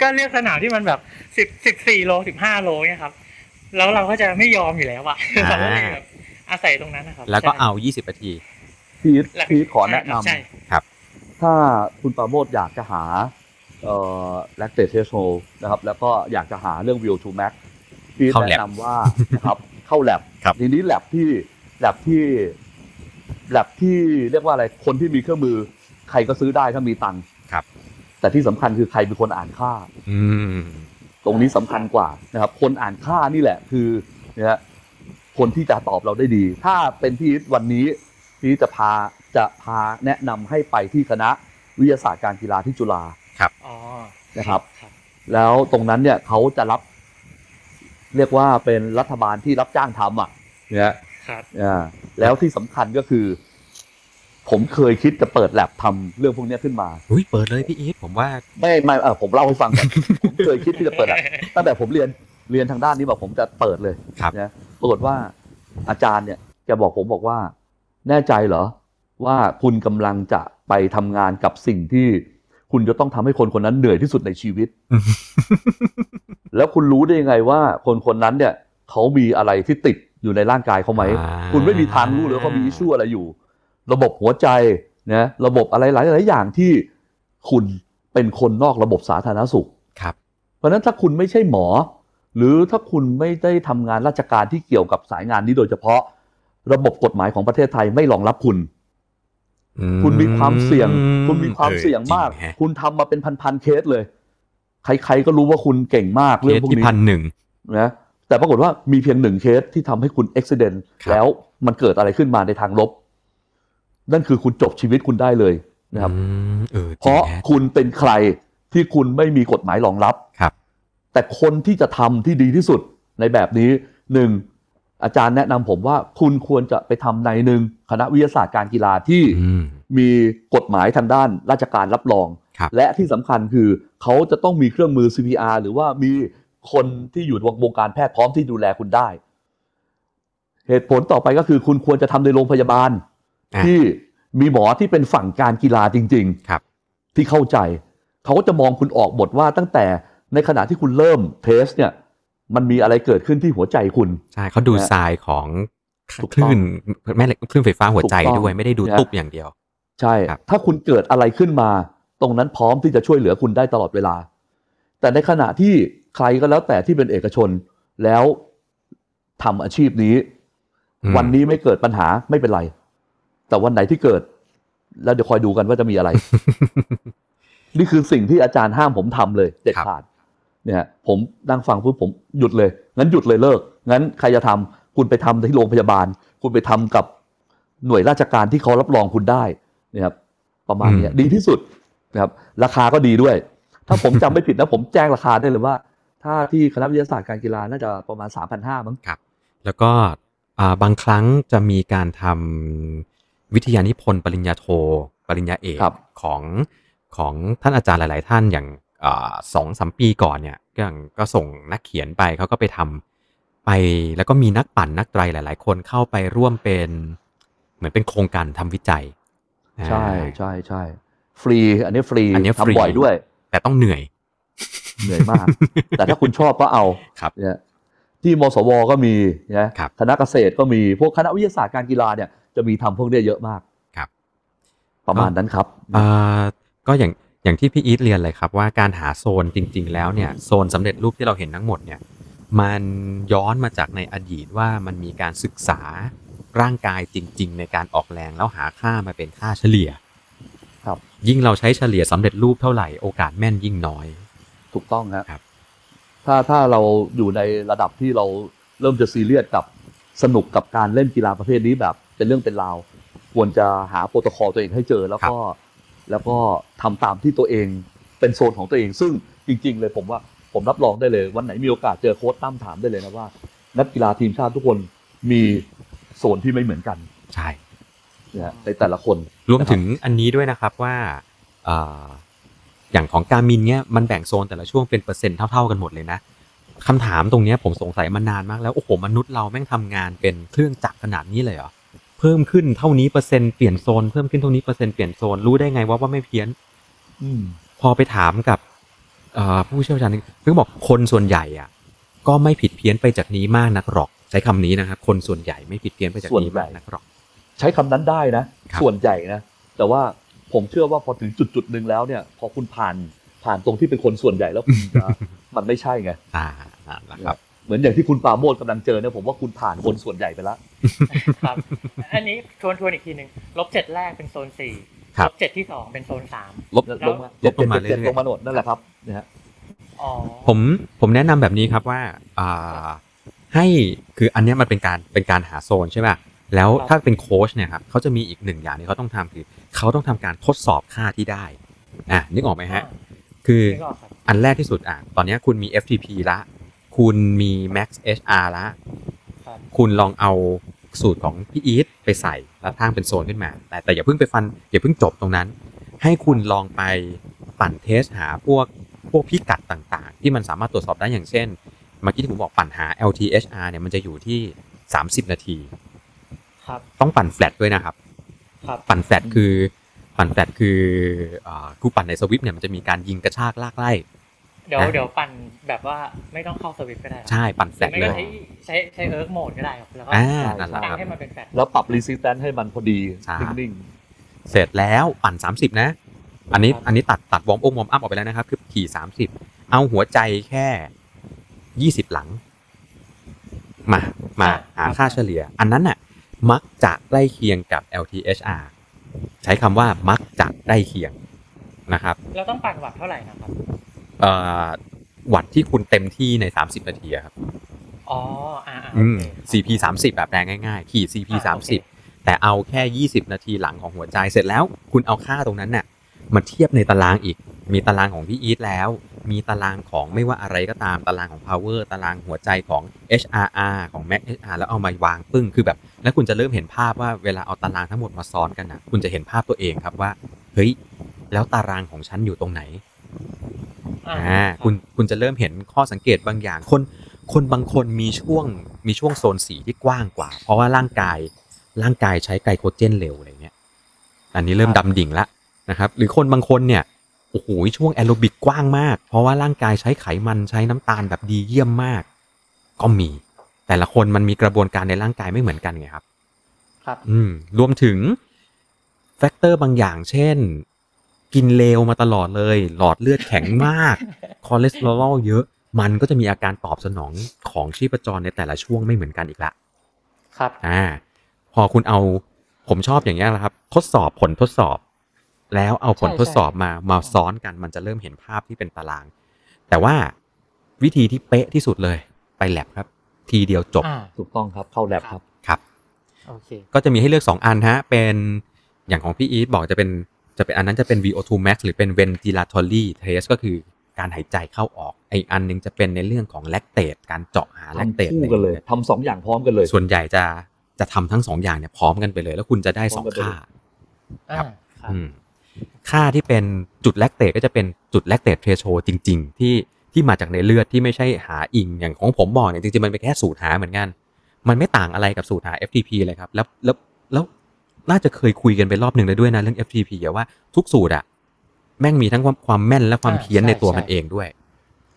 [SPEAKER 4] ก็เลือกสนามที่มันแบบสิบสิบสี่โลสิบห้าโลเนี่ยครับ แล้วเราก็จะไม่ยอมอยู่แล้วอะ
[SPEAKER 2] อ่า
[SPEAKER 4] เราก็เลยแบบอาศัยตรงนั้นนะครับ
[SPEAKER 2] แล้วก็
[SPEAKER 4] ใช่
[SPEAKER 2] เอา 20นาที
[SPEAKER 5] พีท
[SPEAKER 4] หลัก
[SPEAKER 5] พีทขอแนะนำ
[SPEAKER 4] ใช่
[SPEAKER 5] ถ้าคุณปราโมทอยากจะหาเอ่อแลคเตทเทสโชนะครับ แล้วก็อยากจะหาเรื่องวิวทูแม็กพีท
[SPEAKER 2] เข้า lab
[SPEAKER 5] แนะนำว่า นะครับ เข้าแลบ
[SPEAKER 2] ครับ
[SPEAKER 5] ทีนี้แลบที่แลบที่แลบที่เรียกว่าอะไรคนที่มีเครื่องมือ ใครก็ซื้อได้ถ้ามีตังค์แต่ที่สำคัญคือใครเป็นคนอ่านค่า
[SPEAKER 2] อืม
[SPEAKER 5] ตรงนี้สำคัญกว่านะครับ คนอ่านค่านี่แหละคือนะฮะคนที่จะตอบเราได้ดี ถ้าเป็นที่วันนี้ที่จะพาจะพาแนะนำให้ไปที่คณะวิทยาศาสตร์การกีฬาที่จุฬา
[SPEAKER 4] อ๋อ
[SPEAKER 5] นะครับ แล้วตรงนั้นเนี่ยเขาจะรับ เรียกว่าเป็นรัฐบาลที่รับจ้างทำอ่ะนะฮะ
[SPEAKER 4] ครับ
[SPEAKER 5] อ่าแล้วที่สำคัญก็คือ ผมเคยคิดจะเปิดแลบทำเรื่องพวกเนี้ยขึ้นมา
[SPEAKER 2] อุ้ยเปิดเลยพี่อีทผมว่า
[SPEAKER 5] ไม่ไม่เออผมเล่าให้ฟังก่อน ผมเคยคิดที่จะเปิดอะตั้งแต่ผมเรียนเรียนทางด้านนี้บอกผมจะเปิดเลย
[SPEAKER 2] ครับ
[SPEAKER 5] นะปรากฏว่าอาจารย์เนี่ยแกบอกผมบอกว่า แน่ใจเหรอ ว่าคุณกำลังจะไปทำงานกับสิ่งที่ คุณจะต้องทำให้คนคนนั้นเหนื่อยที่สุดในชีวิต แล้วคุณรู้ได้ยังไงว่า คนคนนั้นเนี่ยเขามีอะไรที่ติดอยู่ในร่างกายเขาไหม
[SPEAKER 2] อ่า
[SPEAKER 5] คุณไม่มีทางรู้เลยว่าเขามีอิชชูอะไรอยู่ ระบบหัวใจนะระบบอะไรหลายหลายอย่างที่คุณเป็นคนนอกระบบสาธารณสุข
[SPEAKER 2] ครับ
[SPEAKER 5] เพราะฉะนั้นถ้าคุณไม่ใช่หมอ หรือถ้าคุณไม่ได้ทำงานราชการที่เกี่ยวกับสายงานนี้โดยเฉพาะ ระบบกฎหมายของประเทศไทยไม่รองรับคุณ
[SPEAKER 2] อื
[SPEAKER 5] คุณมีความเสี่ยง คุณมีความ
[SPEAKER 2] ออ
[SPEAKER 5] เสี่ยงมาก
[SPEAKER 2] จริฮะ
[SPEAKER 5] คุณทำมาเป็นพันๆเคสเลย ใครๆก็รู้ว่าคุณเก่งมาก
[SPEAKER 2] เค
[SPEAKER 5] เรื่อง
[SPEAKER 2] ส
[SPEAKER 5] พวก
[SPEAKER 2] ที่
[SPEAKER 5] นี้
[SPEAKER 2] พันหนึ่ง
[SPEAKER 5] นะแต่ปรากฏว่ามีเพียงหนึ่งเคสที่ทำให้คุณอุบิเหตุ
[SPEAKER 2] ครับ
[SPEAKER 5] แล้วมันเกิดอะไรขึ้นมาในทางลบ นั่นคือคุณจบชีวิตคุณได้เลยนะครับ
[SPEAKER 2] อืมเออ
[SPEAKER 5] เพราะ
[SPEAKER 2] จงฮ
[SPEAKER 5] คุณเป็นใครที่คุณไม่มีกฎหมายรองรับ
[SPEAKER 2] ครับ
[SPEAKER 5] แต่คนที่จะทำที่ดีที่สุดในแบบนี้หนึ่งอาจารย์แนะนำผมว่าคุณควรจะไปทำในหนึ่งคณะวิทยาศาสตร์การกีฬาที่
[SPEAKER 2] อืม
[SPEAKER 5] มีกฎหมายทางด้านราชการรับรอง
[SPEAKER 2] ครับ
[SPEAKER 5] และที่สำคัญคือเขาจะต้องมีเครื่องมือ CPR หรือว่ามีคนที่อยู่ในวงการแพทย์พร้อมที่ดูแลคุณได้ เหตุผลต่อไปก็คือคุณควรจะทำในโรงพยาบาล
[SPEAKER 2] อ่ะ
[SPEAKER 5] ที่มีหมอที่เป็นฝั่งการกีฬาจริงๆ
[SPEAKER 2] ครับ
[SPEAKER 5] ที่เข้าใจ เขาก็จะมองคุณออกบทว่าตั้งแต่ในขณะที่คุณเริ่มเทสเนี่ย มันมีอะไรเกิดขึ้นที่หัวใจคุณ
[SPEAKER 2] ใช่เขาดู
[SPEAKER 5] นะ
[SPEAKER 2] ทรายของ
[SPEAKER 5] ถูก
[SPEAKER 2] ค
[SPEAKER 5] ต้อง
[SPEAKER 2] ลื่นแม่เหล็กคลื่นไฟฟ้าหัวใจ
[SPEAKER 5] ถูกต้อง
[SPEAKER 2] ด้วยไม่ได้ดู
[SPEAKER 5] นะ
[SPEAKER 2] ตุ๊บอย่างเดียว
[SPEAKER 5] ใช่
[SPEAKER 2] ครับ
[SPEAKER 5] ถ้าคุณเกิดอะไรขึ้นมา ตรงนั้นพร้อมที่จะช่วยเหลือคุณได้ตลอดเวลา แต่ในขณะที่ใครก็แล้วแต่ที่เป็นเอกชน แล้วทำอาชีพนี้
[SPEAKER 2] อืม
[SPEAKER 5] วันนี้ไม่เกิดปัญหาไม่เป็นไร แต่วันไหนที่เกิด แล้วเดี๋ยวคอยดูกันว่าจะมี อะไร นี่คือสิ่งที่อาจารย์ห้ามผมทำเลยเด็ดขาด เนี่ย ผมนั่งฟังปุ๊บผมหยุดเลย งั้นหยุดเลยเลิก งั้นใครจะทำคุณไปทำที่โรงพยาบาล คุณไปทำกับหน่วยราชการที่เขารับรองคุณได้นะครับประมาณเนี้ย
[SPEAKER 2] อืม
[SPEAKER 5] ดีที่สุดนะครับ ราคาก็ดีด้วย ถ้าผมจำไม่ผิดนะผมแจ้งราคาได้เลยว่า ถ้าที่คณะวิทยาศาสตร์การกีฬาน่าจะประมาณ 3,500มั้ง
[SPEAKER 2] แล้วก็อ่าบางครั้งจะมีการทำวิทยานิพนธ์ปริญญาโท ปริญญาเอก
[SPEAKER 5] ครับ
[SPEAKER 2] ของของท่านอาจารย์หลาย ๆ ท่านอย่างอ่าสองสามปีก่อนเนี่ยก็อย่างก็ส่งนักเขียนไปเขาก็ไปทำไปแล้วก็มีนักปั่นนักไตรหลาย ๆ คนเข้าไปร่วมเป็น เหมือนเป็นโครงการทำวิจัย
[SPEAKER 5] ใช่
[SPEAKER 2] อ่า
[SPEAKER 5] ใช่ใช่ฟรีอันนี้ฟรี
[SPEAKER 2] อันนี้ฟรี
[SPEAKER 5] ทำบ่อยด้วย
[SPEAKER 2] แต่ต้องเหนื่อย
[SPEAKER 5] เหนื่อย มาก แต่ถ้าคุณชอบก็เอา
[SPEAKER 2] ครับ
[SPEAKER 5] เนี่ยที่มสวก็มีนะครับ คณะเกษตรก็มีพวกคณะวิทยาศาสตร์การกีฬาเนี่ยจะมีทำพวกเนี้ยเยอะมาก ประมาณนั้นครับ
[SPEAKER 2] อ่าก็อย่างอย่างที่พี่อีทเรียนเลยครับว่าการหาโซนจริง ๆ แล้วเนี่ยโซนสำเร็จรูปที่เราเห็นทั้งหมดเนี่ยมันย้อนมาจากในอดีตว่ามันมีการศึกษาร่างกายจริง ๆ ในการออกแรงแล้วหาค่ามาเป็นค่าเฉลี่ย
[SPEAKER 5] ครับ
[SPEAKER 2] ยิ่งเราใช้เฉลี่ยสำเร็จรูปเท่าไหร่โอกาสแม่นยิ่งน้อย
[SPEAKER 5] ถูกต้องฮะ
[SPEAKER 2] ครับ
[SPEAKER 5] ถ้าถ้าเราอยู่ในระดับที่เราเริ่มจะซีเรียสกับสนุกกับการเล่นกีฬาประเภทนี้แบบ เป็นเรื่องเป็นราว ควรจะหาโปรโตคอลตัวเองให้เจอแล้วก็แล้วก็ทำตามที่ตัวเองเป็นโซนของตัวเอง ซึ่งจริง ๆ เลยผมว่าผมรับรองได้เลย วันไหนมีโอกาสเจอโค้ชตั้มถามได้เลยนะว่า นักกีฬาทีมชาติทุกคนมีโซนที่ไม่เหมือนกัน
[SPEAKER 2] ใช่
[SPEAKER 5] นะฮะในแต่ละคน
[SPEAKER 2] รวมถึงอันนี้ด้วยนะครับว่าเอ่ออย่างของการมินเนี่ยมันแบ่งโซนแต่ละช่วงเป็นเปอร์เซ็นต์เท่า ๆกันหมดเลยนะคำถามตรงเนี้ยผมสงสัยมานานมากแล้วโอ้โหมนุษย์เราแม่งทำงานเป็นเครื่องจักรขนาดนี้เลยเหรอเพิ่มขึ้นเท่านี้เปอร์เซ็นต์เปลี่ยนโซนเพิ่มขึ้นเท่านี้เปอร์เซ็นต์เปลี่ยนโซนรู้ได้ไงว่าว่าไม่เพี้ยน
[SPEAKER 5] อืม
[SPEAKER 2] พอไปถามกับเอ่อผู้เชี่ยวชาญเพิ่งบอกคนส่วนใหญ่อ่ะก็ไม่ผิดเพี้ยนไปจากนี้มากนักหรอก ใช้คำนี้นะครับคนส่วนใหญ่ไม่ผิดเพี้ยนไปจากนี้มากนักหรอก
[SPEAKER 5] ใช้คำนั้นได้นะ
[SPEAKER 2] ครับ
[SPEAKER 5] ส่วนใหญ่นะ แต่ว่าผมเชื่อว่าพอถึงจุดจุดๆหนึ่งแล้วเนี่ย พอคุณผ่านผ่านตรงที่เป็นคนส่วนใหญ่แล้วคุณจะ มันไม่ใช่ไง
[SPEAKER 2] อ่านั่นแหละครับ
[SPEAKER 5] เหมือนอย่างที่คุณปราโมดกำลังเจอเนี่ยผมว่าคุณผ่านคนส่วนใหญ่ไปแล้ว
[SPEAKER 4] ครับ อันนี้ทวนทวนๆอีกทีหนึ่งลบเจ็ดแรกเป็นโซนสี่
[SPEAKER 2] ครับ
[SPEAKER 4] ลบเจ็ดที่สองเป็นโซนสาม
[SPEAKER 2] ลบ
[SPEAKER 5] ลงมา
[SPEAKER 2] ลดลงมาเรื่
[SPEAKER 5] เจ็
[SPEAKER 2] อ
[SPEAKER 5] ด
[SPEAKER 2] ยๆ
[SPEAKER 5] ลงมาหมดนั่นแหละครับนะฮะ
[SPEAKER 4] อ๋อ
[SPEAKER 2] ผมผมแนะนำแบบนี้ครับว่าอ่าให้คืออันเนี้ยมันเป็นการเป็นการหาโซนใช่ป่ะแล้ว
[SPEAKER 4] ครับ
[SPEAKER 2] ถ้าเป็นโค้ชเนี่ยครับเขาจะมีอีกหนึ่งอย่างที่เขาต้องทำคือเขาต้องทำการทดสอบค่าที่ได้อ่ะนึกออกไหมฮะ คือ
[SPEAKER 4] นึกออกครับ
[SPEAKER 2] อันแรกที่สุดอ่ะตอนเนี้ยคุณมี FTP ละ คุณมี Max HR ละ
[SPEAKER 4] ครับ
[SPEAKER 2] คุณลองเอาสูตรของพี่อีทไปใส่แล้วทางเป็นโซนขึ้นมา แต่แต่อย่าเพิ่งไปฟันอย่าเพิ่งจบตรงนั้น ให้คุณลองไปปั่นเทสหาพวกพวกพิกัดต่างๆ ที่มันสามารถตรวจสอบได้อย่างเช่นเมื่อกี้ที่ผมบอกปั่นหา LTHR เนี่ยมันจะอยู่ที่ 30 นาที
[SPEAKER 4] ครับ
[SPEAKER 2] ต้องปั่นแฟลตด้วยนะครับ
[SPEAKER 4] ครับ
[SPEAKER 2] ปั่นแฟลตคือปั่นแฟลตคืออ่าคือปั่นในสวิปเนี่ยมันจะมีการยิงกระชากลากไล่
[SPEAKER 4] เดี๋ยว
[SPEAKER 2] อ่ะ
[SPEAKER 4] เดี๋ยวปั่นแบบว่าไม่ต้องเข้าสวิตช์ก็ได้ครับ
[SPEAKER 2] ใช่ปั่นแฟ
[SPEAKER 4] ห
[SPEAKER 2] ลต
[SPEAKER 4] รือไม่
[SPEAKER 2] เล
[SPEAKER 4] ก็
[SPEAKER 2] ย
[SPEAKER 4] ใช้ใช้ใช้เอิร์กโหมดก็ได้ครับ แล้วก็
[SPEAKER 2] อ่า
[SPEAKER 5] ใช่
[SPEAKER 2] นั่นแหละ
[SPEAKER 4] ตั้ง
[SPEAKER 2] ครับ
[SPEAKER 4] ให้มันเป็นแฟลต
[SPEAKER 5] แล้วปรับรีซิสแตนให้มันพอดี
[SPEAKER 2] ใช่
[SPEAKER 5] นิ่ง
[SPEAKER 2] เสร็จแล้วปั่น 30 นะ อันนี้อันนี้ตัดตัดวอร์มอกวอร์มอัพออกไปแล้วนะครับ คือขี่ 30 เอาหัวใจแค่ 20 หลัง มามาหาค่าเฉลี่ย อันนั้นน่ะ มักจะใกล้เคียงกับ LTHR ใช้คำว่ามักจะใกล้เคียงนะครับ
[SPEAKER 4] เราต้องปั่นวัดเท่าไหร่นะครับ
[SPEAKER 2] เอ่อวัดที่คุณเต็มที่ใน 30 นาทีอะครับ
[SPEAKER 4] อ๋อ อ่าอ่าโอ
[SPEAKER 2] อืม
[SPEAKER 4] เค
[SPEAKER 2] CP 30แบบแปลง่ายๆ ขี่ CP
[SPEAKER 4] อ่าโอเค
[SPEAKER 2] 30แต่เอาแค่ 20 นาทีหลังของหัวใจเสร็จแล้ว คุณเอาค่าตรงนั้นน่ะมาเทียบในตารางอีก มีตารางของพี่อีทแล้ว มีตารางของไม่ว่าอะไรก็ตามตารางของ power ตารางหัวใจของ HRR ของ max HR แล้วเอามาวางปึ้งคือแบบ แล้วคุณจะเริ่มเห็นภาพว่าเวลาเอาตารางทั้งหมดมาซ้อนกันนะคุณจะเห็นภาพตัวเองครับว่าเฮ้ยแล้วตารางของฉันอยู่ตรงไหน
[SPEAKER 4] อ่า
[SPEAKER 2] อ่าคุณคุณจะเริ่มเห็นข้อสังเกตบางอย่าง คนคนบางคนมีช่วงมีช่วงโซนสีที่กว้างกว่า เพราะว่าร่างกายร่างกายใช้ไกลโคเจนเร็วอะไรเงี้ยอันนี้เริ่มดำดิ่งละนะครับ หรือคนบางคนเนี่ยโอ้โหช่วงแอโรบิกกว้างมาก เพราะว่าร่างกายใช้ไขมันใช้น้ำตาลแบบดีเยี่ยมมาก ก็มี แต่ละคนมันมีกระบวนการในร่างกายไม่เหมือนกันไงครับ
[SPEAKER 4] ครับ
[SPEAKER 2] อืมรวมถึงแฟกเตอร์บางอย่าง เช่น กินเลวมาตลอดเลย หลอดเลือดแข็งมาก คอเลสเตอรอลเยอะ มันก็จะมีอาการตอบสนองของชีพจรในแต่ละช่วงไม่เหมือนกันอีกละ
[SPEAKER 4] ครับ
[SPEAKER 2] อ่า พอคุณเอาผมชอบอย่างนี้ยแหละครับ ทดสอบผลทดสอบ แล้วเอาผล
[SPEAKER 4] ใช่
[SPEAKER 2] ทดสอบมามาซ้อนกันมันจะเริ่มเห็นภาพที่เป็นตาราง แต่ว่าวิธีที่เป๊ะที่สุดเลย ไปแลบครับ ทีเดียวจบ
[SPEAKER 4] า
[SPEAKER 5] ๆ ถูกต้องครับเข้าแลบครับ
[SPEAKER 2] ครับ
[SPEAKER 4] โอเค
[SPEAKER 2] ก็จะมีให้เลือก 2 อันฮะ เป็นอย่างของพี่อีทบอกจะเป็นจะเป็นอันนั้นจะเป็น VO2 max หรือเป็น ventilatory test ก็คือการหายใจเข้าออก ไออันหนึงจะเป็นในเรื่องของ lactate การเจาะหา
[SPEAKER 5] ทำ
[SPEAKER 2] lactate
[SPEAKER 5] คู่กันเลยทำสองอย่างพร้อมกันเลย
[SPEAKER 2] ส่วนใหญ่จะจะทำทั้ง 2 อย่างเนี่ยพร้อมกันไปเลย แล้วคุณจะได้
[SPEAKER 5] พร้อมกัน
[SPEAKER 2] 2
[SPEAKER 5] ไปเลย
[SPEAKER 2] ค่าค
[SPEAKER 4] อ่า
[SPEAKER 2] รับ
[SPEAKER 4] ครับ
[SPEAKER 2] อืมค่าที่เป็นจุดแลคเตตก็จะเป็นจุดแลคเตตเทรโชจริง ๆ ที่ที่มาจากในเลือดที่ไม่ใช่หาอิงอย่างของผมบอกเนี่ยจริงๆ มันเป็นแค่สูตรหาเหมือนกัน มันไม่ต่างอะไรกับสูตรหา FTP เลยครับ แล้วแล้วแล้วน่าจะเคยคุยกันไปรอบหนึ่งแล้วด้วยนะเรื่อง FTP อะว่าทุกสูตรอะแม่งมีทั้งความความแม่นและความ
[SPEAKER 4] อ่า
[SPEAKER 2] เพี้ยน
[SPEAKER 4] ใช่
[SPEAKER 2] ในตัว
[SPEAKER 4] ใช่
[SPEAKER 2] มันเองด้วย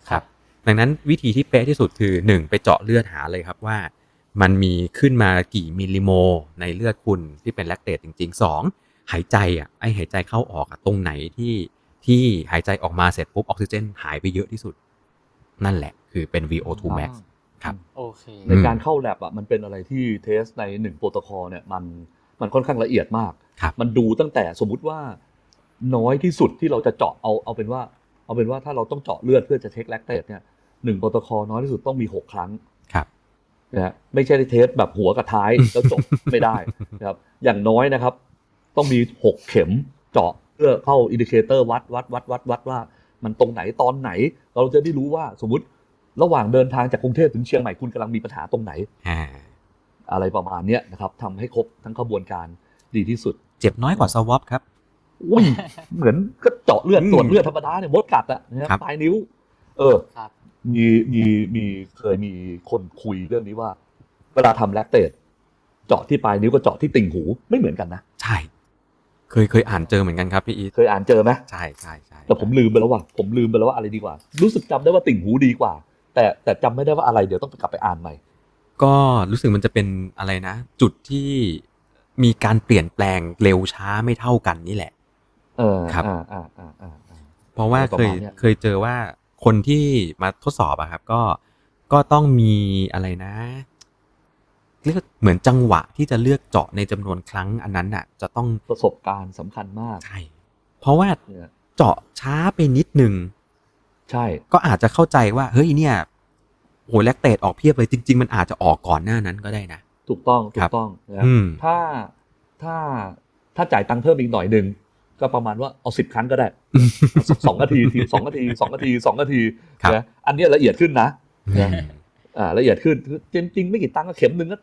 [SPEAKER 2] ครับ ดังนั้นวิธีที่เป๊ะที่สุดคือหนึ่งไปเจาะเลือดหาเลยครับว่า มันมีขึ้นมากี่มิลลิโมลในเลือดคุณที่เป็นแลคเตตจริงๆสองหายใจอ่ะไอหายใจเข้าออกอะตรงไหนที่ที่หายใจออกมาเสร็จปุ๊บออกซิเจนหายไปเยอะที่สุด นั่นแหละคือเป็น VO2 max ครับ
[SPEAKER 4] โอเค
[SPEAKER 5] ในการเข้าแลบอ่ะมันเป็นอะไรที่เทสในหนึ่งโปรโตคอลเนี่ยมันมันค่อนข้างละเอียดมาก
[SPEAKER 2] ครับ
[SPEAKER 5] มันดูตั้งแต่สมมุติว่า น้อยที่สุดที่เราจะเจาะเอาเอาเป็นว่า เอาเป็นว่าถ้าเราต้องเจาะเลือดเพื่อจะเช็คแลคเตตเนี่ยหนึ่งโปรโตคอลน้อยที่สุดต้องมีหกครั้ง
[SPEAKER 2] ครับ
[SPEAKER 5] นะฮะไม่ใช่เทสแบบหัวกับท้ายแล้วจบ ไม่ได้ นะครับอย่างน้อยนะครับ ต้องมีหกเข็มเจาะเพื่อเข้าอินดิเคเตอร์วัดวัดวัดวัดวัดว่า มันตรงไหนตอนไหน เราจะได้รู้ว่าสมมติระหว่างเดินทางจากกรุงเทพถึงเชียงใหม่คุณกำลังมีปัญหาตรงไหน
[SPEAKER 2] อ่า
[SPEAKER 5] อะไรประมาณเนี้ยนะครับทำให้ครบทั้งขบวนการดีที่สุด
[SPEAKER 2] เจ็บน้อยกว่าสวอปครับ
[SPEAKER 5] อุ้ยเหมือนก็เจาะเลือด
[SPEAKER 2] อืม
[SPEAKER 5] ตรวจเลือดธรรมดาเนี่ยมดกัดอะนะค
[SPEAKER 2] ครั
[SPEAKER 5] รับบ ปลายนิ้ว เออ
[SPEAKER 4] ครับ
[SPEAKER 5] มีมีมีเคยมีคนคุยเรื่องนี้ว่า เวลาทำแลคเตตเจาะที่ปลายนิ้วกับเจาะที่ติ่งหูไม่เหมือนกันนะ
[SPEAKER 2] ใช่ เคยเคยอ่านเจอเหมือนกันครับพี่อีท
[SPEAKER 5] เคยอ่านเจอไหม
[SPEAKER 2] ใช่ใช่ใช่
[SPEAKER 5] แต่ผมลืมไปแล้วว่ะผมลืมไปแล้วว่าอะไรดีกว่า รู้สึกจำได้ว่าติ่งหูดีกว่า แต่แต่จำไม่ได้ว่าอะไรเดี๋ยวต้องกลับไปอ่านใหม่
[SPEAKER 2] ก็รู้สึกมันจะเป็นอะไรนะ จุดที่มีการเปลี่ยนแปลงเร็วช้าไม่เท่ากันนี่แหละ
[SPEAKER 5] เออ
[SPEAKER 2] ครับ
[SPEAKER 5] อ่าอ่าอ่าอ่าอ่า
[SPEAKER 2] เพราะว่า
[SPEAKER 5] ประ
[SPEAKER 2] เคย
[SPEAKER 5] มาณเนี้ย
[SPEAKER 2] เคยเจอว่าคนที่มาทดสอบอะครับ ก็ก็ต้องมีอะไรนะเรียกว่าเหมือนจังหวะที่จะเลือกเจาะในจำนวนครั้งอันนั้นน่ะ จะต้อง
[SPEAKER 5] ประสบการณ์สำคัญมาก
[SPEAKER 2] ใช่เพราะว่า
[SPEAKER 5] เนี่ย
[SPEAKER 2] เจาะช้าไปนิดหนึ่ง
[SPEAKER 5] ใช่
[SPEAKER 2] ก็อาจจะเข้าใจว่า เฮ้ยเนี่ยโหแลคเตตออกเพียบเลยจริง ๆ มันอาจจะออกก่อนหน้านั้นก็ได้นะ
[SPEAKER 5] ถูกต้องถู
[SPEAKER 2] ครั
[SPEAKER 5] ก
[SPEAKER 2] บ
[SPEAKER 5] ต้องนะ
[SPEAKER 2] อืม
[SPEAKER 5] ถ้าถ้าถ้าจ่ายตังค์เพิ่มอีกหน่อยหนึ่งก็ประมาณว่าเอาสิบครั้งก็ได้ สักสองนาทีทีสองนาทีสองนาทีสองนาที
[SPEAKER 2] ครับ
[SPEAKER 5] นะอันเนี้ยละเอียดขึ้นนะ
[SPEAKER 2] อืม
[SPEAKER 5] อ่าละเอียดขึ้นคือจริงจริงๆไม่กี่ตังค์ก็เข็มหนึ่งก็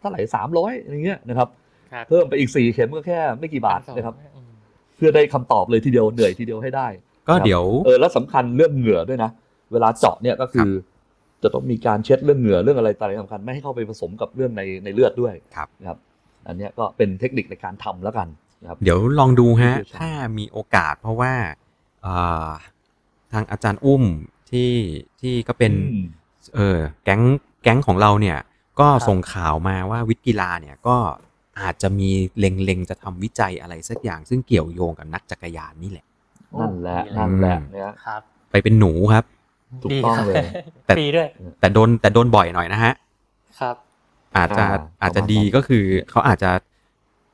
[SPEAKER 5] เท่าไหร่สามร้อยอย่างเงี้ยนะครับ
[SPEAKER 4] ครับ
[SPEAKER 5] เพิ่มไปอีกสี่เข็มก็แค่ไม่กี่บาทนะครับ
[SPEAKER 4] อืม
[SPEAKER 5] เพื่อได้คำตอบเลยทีเดียวเหนื่อยทีเดียวให้ได้
[SPEAKER 2] ก็เดี๋ยว
[SPEAKER 5] เออแล้วสำคัญเรื่องเหงื่อด้วยนะ เวลาเจาะเนี่ยก็คือ จะต้องมีการเช็ดเรื่องเหงื่อเรื่องอะไรต่างๆสำคัญไม่ให้เข้าไปผสมกับเรื่องในในเลือดด้วย
[SPEAKER 2] ครับ
[SPEAKER 5] นะครับ อันเนี้ยก็เป็นเทคนิคในการทำแล้วกันนะครับ
[SPEAKER 2] เดี๋ยวลองดูฮะ
[SPEAKER 5] เดี๋ยว
[SPEAKER 2] ถ้ามีโอกาสเพราะว่าเอ่อทางอาจารย์อุ้มที่ที่ก็เป็น
[SPEAKER 5] อืม
[SPEAKER 2] เออแก๊งแก๊งของเราเนี่ย ก็
[SPEAKER 5] ครับ
[SPEAKER 2] ส่งข่าวมาว่าวิทย์กีฬาเนี่ยก็อาจจะมีเล็งๆ จะทำวิจัยอะไรสักอย่าง ซึ่งเกี่ยวโยงกับนักจักรยานนี่แหละ
[SPEAKER 5] นั่นแหละ
[SPEAKER 4] โอ้
[SPEAKER 5] นั่นแหละ
[SPEAKER 2] อืม
[SPEAKER 5] เนี่ย
[SPEAKER 4] ครับ
[SPEAKER 2] ไปเป็นหนูครับ
[SPEAKER 5] ถูกต้องเลย
[SPEAKER 2] แต่
[SPEAKER 4] ปีด้วย
[SPEAKER 2] แต่โดนแต่โดนบ่อยหน่อยนะฮะ
[SPEAKER 4] ครับ
[SPEAKER 2] อาจจะ
[SPEAKER 5] อ่า
[SPEAKER 2] อาจจะ
[SPEAKER 5] ประมาณ
[SPEAKER 2] ดี
[SPEAKER 5] นั้น
[SPEAKER 2] ก็คือเขาอาจจะ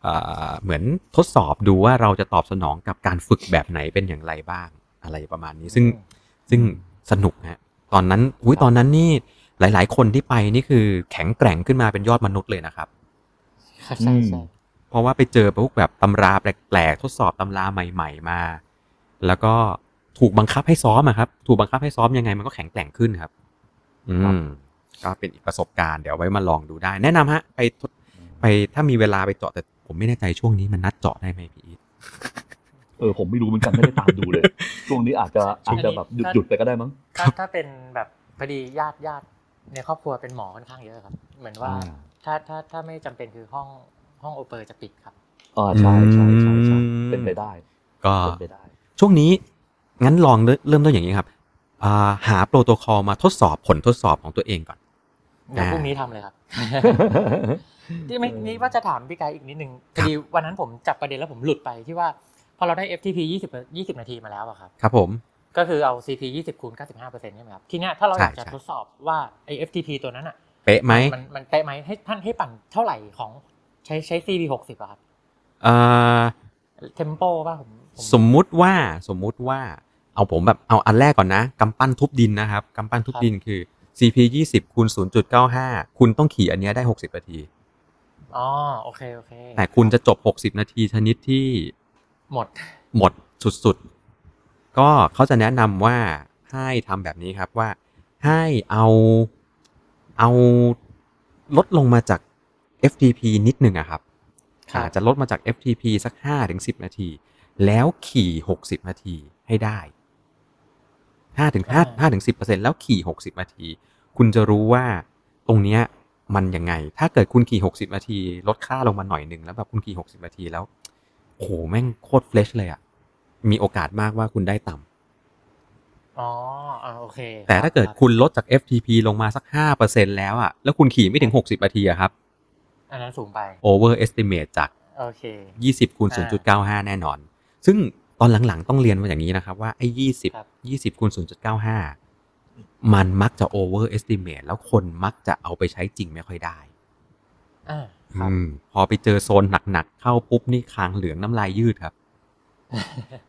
[SPEAKER 2] เอ่อเหมือนทดสอบดูว่าเราจะตอบสนองกับการฝึกแบบไหนเป็นอย่างไรบ้างอะไรประมาณนี้ ซึ่งซึ่งสนุกฮะตอนนั้นอุ้ยตอนนั้นนี่หลาย ๆ คนที่ไปนี่คือแข็งแกร่งขึ้นมาเป็นยอดมนุษย์เลยนะครับ
[SPEAKER 4] ครับใช่ใช่
[SPEAKER 2] เพราะว่าไปเจอพวกแบบตำราแปลกๆ ทดสอบตำราใหม่ ๆ มา แล้วก็ถูกบังคับให้ซ้อมอะครับ ถูกบังคับให้ซ้อมยังไงมันก็แข็งแกร่งขึ้นครับ อืมก็เป็นอีกประสบการณ์เดี๋ยวไว้มาลองดูได้ แนะนำฮะ ไปทดไปถ้ามีเวลาไปเจาะแต่ผมไม่แน่ใจช่วงนี้มันนัดเจาะได้ไหมพี่อีท
[SPEAKER 5] เออผมไม่รู้เหมือนกันไม่ได้ตามดู เลย ช่วงนี้อาจจะอาจจะแบบหยุดหยุดไปก็ได้มั้ง
[SPEAKER 4] ถ้าถ้าเป็นแบบพอดีญาติญาติในครอบครัวเป็นหมอค่อนข้างเยอะครับ เหมือนว่า
[SPEAKER 5] อ่า
[SPEAKER 4] ถ้าถ้าถ้าไม่จำเป็นคือห้องห้องโอเปอร์จะปิดครับ
[SPEAKER 5] อ่าใช่ใช่ใช่ใช่
[SPEAKER 2] อืม
[SPEAKER 5] เป็นไปได้
[SPEAKER 2] ก็
[SPEAKER 5] เป็นไป ได้
[SPEAKER 2] ช่วงนี้งั้นลองเริ่มเริ่มต้นอย่างนี้ครับอ่าหาโปรโตคอลมาทดสอบผลทดสอบของตัวเองก่อน
[SPEAKER 4] เดี๋ยว
[SPEAKER 2] อ่า
[SPEAKER 4] พรุ่งนี้ทำ เลยครับ ที่ไม่นี่ว่าจะถามพี่กายอีกนิดนึงพอดีวันนั้นผมจับประเด็นแล้วผมหลุดไปที่ว่า พอเราได้ FTP 20 20 นาทีมาแล้วอะครับ
[SPEAKER 2] ครับผม
[SPEAKER 4] ก็คือเอา CP 20คูณ95%ใช่ไหมครับ ทีเนี้ยถ้าเราอยากจะ
[SPEAKER 2] ใช่ใช่
[SPEAKER 4] ทดสอบว่าไอ้ FTP ตัวนั้นอ่ะ
[SPEAKER 2] เป๊ะไหม
[SPEAKER 4] มันมันเป๊ะไหมให้ท่านให้ปั่นเท่าไหร่ของใช้ใช้ CP 60อะครับ
[SPEAKER 2] อ่า
[SPEAKER 4] เทมโปป่ะผมผม
[SPEAKER 2] สมมุติว่าสมมุติว่าเอาผมแบบเอาอันแรกก่อนนะกำปั้นทุบดินนะครับกำปั้นทุบดินคือ CP 20คูณ0.95 คุณต้องขี่อันเนี้ยได้ 60 นาที
[SPEAKER 4] อ๋อโอเคโอเค
[SPEAKER 2] แต่คุณจะจบ 60 นาทีชนิดที่
[SPEAKER 4] หมด
[SPEAKER 2] หมดสุดๆ ก็เขาจะแนะนำว่าให้ทำแบบนี้ครับว่าให้เอาเอาลดลงมาจาก FTP นิดหนึ่งอะครับอาจจะลดมาจาก FTP สัก 5-10 นาที แล้วขี่ 60 นาทีให้ได้ ห้าถึงห้าห้าถึงสิบเปอร์เซ็นแล้วขี่หกสิบนาที คุณจะรู้ว่าตรงเนี้ยมันยังไง ถ้าเกิดคุณขี่หกสิบนาที ลดค่าลงมาหน่อยหนึ่งแล้วแบบคุณขี่หกสิบนาทีแล้วโอ้โหแม่งโคตรเฟลชเลยอะมีโอกาสมากว่าคุณได้ต่ำ
[SPEAKER 4] อ๋ออ่าโอเค
[SPEAKER 2] แต่ถ้าเกิด
[SPEAKER 4] รับ
[SPEAKER 2] คุณลดจาก FTP ลงมาสักห้าเปอร์เซ็นแล้วอะแล้วคุณขี่ไม่ถึงหกสิบนาทีอะครับ
[SPEAKER 4] อันนั้นสูงไป
[SPEAKER 2] over estimate จาก
[SPEAKER 4] โอเค
[SPEAKER 2] ยี่สิบคูณศูนย์จุดเก้าห้าแน่นอน ซึ่งตอนหลังๆต้องเรียนมาอย่างนี้นะครับว่าไอ้ยี่สิบ
[SPEAKER 4] ครับ
[SPEAKER 2] ยี่สิบคูณศูนย์จุดเก้าห้ามันมักจะ over estimate แล้วคนมักจะเอาไปใช้จริงไม่ค่อยได้
[SPEAKER 4] อ่าครับ
[SPEAKER 2] อืมพอไปเจอโซนหนักๆ เข้าปุ๊บนี่คางเหลืองน้ำลายยืดครับ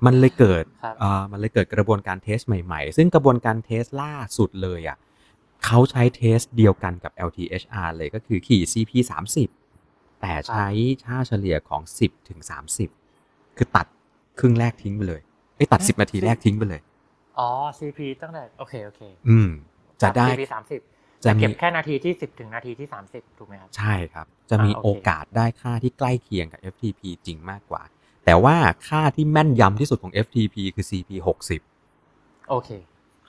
[SPEAKER 2] มันเลยเกิด
[SPEAKER 4] ครับ
[SPEAKER 2] เอ่อมันเลยเกิดกระบวนการเทสใหม่ๆ ซึ่งกระบวนการเทสล่าสุดเลยอ่ะเขาใช้เทสเดียวกันกับ LTHR เลยก็คือขี่ CP 3 0แต่ใช้ค่าเฉลี่ยของ 10ถึง30 คือตัดครึ่งแรกทิ้งไปเลยไอ้ยตัด 10 นาทีแรกทิ้งไปเลย
[SPEAKER 4] อ๋อ CP ตั้งแต่โอเคโอเค
[SPEAKER 2] อืม จะได้
[SPEAKER 4] 30 CP สามสิบ
[SPEAKER 2] จะ
[SPEAKER 4] จะ
[SPEAKER 2] มี
[SPEAKER 4] เก็บแค่นาทีที่สิบถึงนาทีที่สามสิบถูกไหมครับ
[SPEAKER 2] ใช่ครับ จะมี
[SPEAKER 4] อ่าโอเค
[SPEAKER 2] โอกาสได้ค่าที่ใกล้เคียงกับ FTP จริงมากกว่า แต่ว่าค่าที่แม่นยำที่สุดของ FTP คือ CP 60
[SPEAKER 4] โอเค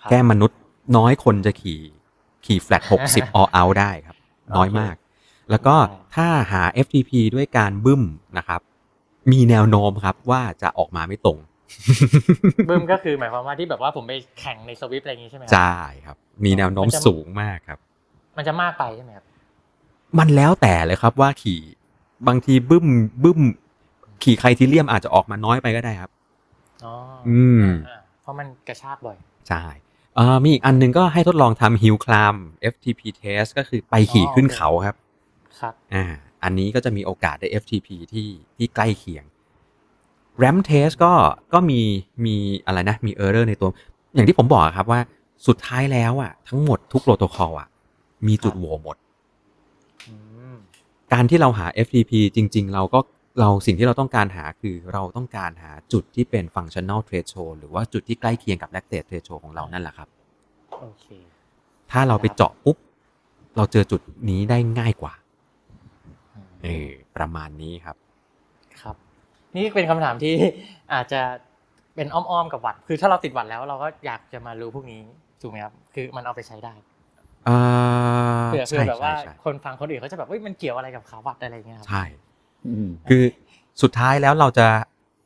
[SPEAKER 4] ครับ
[SPEAKER 2] แค่มนุษย์น้อยคนจะขี่ขี่แฟล ต60 all out ได้ครับ น้อยมาก แล้วก็ถ้าหา FTP ด้วยการบึ้มนะครับ มีแนวโน้มครับว่าจะออกมาไม่ตรง
[SPEAKER 4] บึ้มก็ คือหมายความว่าที่แบบว่าผมไปแข่งในสวิฟอะไรอย่างงี้ใช่ไหมครับ
[SPEAKER 2] ใช่ครับ มีแนวโน้มสูงมากครับ
[SPEAKER 4] มันจะมากไปใช่ไหมครับ
[SPEAKER 2] มันแล้วแต่เลยครับว่าขี่บางทีบึ้มบึ้ม ขี่ไครทีเลียมอาจจะออกมาน้อยไปก็ได้ครับ
[SPEAKER 4] อ๋ออ
[SPEAKER 2] อืม
[SPEAKER 4] อ่าเพราะมันกระชากบ่อย
[SPEAKER 2] ใช่เอ่อมีอีกอันหนึงก็ให้ทดลองทำฮิลคลาม FTP test ก็คือไปขี่ขึ้นเขาครับ
[SPEAKER 4] ครับ
[SPEAKER 2] อ่า อันนี้ก็จะมีโอกาสได้ FTP ที่ที่ใกล้เคียง RAM test ก็ก็มีมีอะไรนะ มี error ในตัว อย่างที่ผมบอกอะครับว่าสุดท้ายแล้วอ่ะทั้งหมดทุกโปรโตคอลอ่ะ มีจุดโหว่หมด
[SPEAKER 4] อืม
[SPEAKER 2] การที่เราหา FTP จริง ๆ เราก็เราสิ่งที่เราต้องการหาคือเราต้องการหาจุดที่เป็น functional threshold หรือว่าจุดที่ใกล้เคียงกับ lactate threshold ของเรานั่นแหละครับ
[SPEAKER 4] โอเค
[SPEAKER 2] ถ้าเราไปเจาะปุ๊บ เราเจอจุดนี้ได้ง่ายกว่าเออประมาณนี้ครับ
[SPEAKER 4] ครับ นี่เป็นคำถามที่ อาจจะเป็นอ้อมๆกับหวัด คือถ้าเราติดหวัดแล้วเราก็อยากจะมารู้พวกนี้ถูกไหมครับ คือมันเอาไปใช้ได้
[SPEAKER 2] เอ่อ
[SPEAKER 4] เผื่อเผื่
[SPEAKER 2] ใช่
[SPEAKER 4] อแบบ
[SPEAKER 2] ใช่
[SPEAKER 4] ว่า
[SPEAKER 2] ใช่
[SPEAKER 4] คนฟังคนอื่นเขาจะแบบเฮ้ยมันเกี่ยวอะไรกับขาหวัดอะไรอย่างเงี้ยครับ
[SPEAKER 2] ใช่
[SPEAKER 5] อืม
[SPEAKER 2] คือสุดท้ายแล้วเราจะ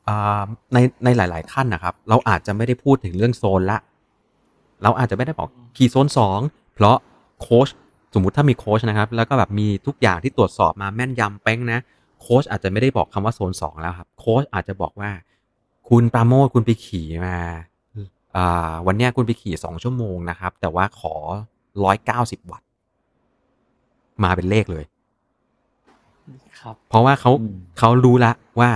[SPEAKER 2] เอ่อในในหลาย ๆ ขั้นนะครับ เราอาจจะไม่ได้พูดถึงเรื่องโซนละ เราอาจจะไม่ได้บอกขี่โซนสองเพราะโค้ชสมมุติถ้ามีโค้ชนะครับ แล้วก็แบบมีทุกอย่างที่ตรวจสอบมาแม่นยำเป้งนะ โค้ชอาจจะไม่ได้บอกคำว่าโซนสองแล้วครับ โค้ชอาจจะบอกว่า คุณปราโมทคุณไปขี่มาอ่าวันเนี้ยคุณไปขี่สองชั่วโมงนะครับ แต่ว่าขอร้อยเก้าสิบวัตต์มาเป็นเลขเลย
[SPEAKER 4] ครับ
[SPEAKER 2] เพราะว่าเขา
[SPEAKER 5] อืม
[SPEAKER 2] เขารู้ละว่า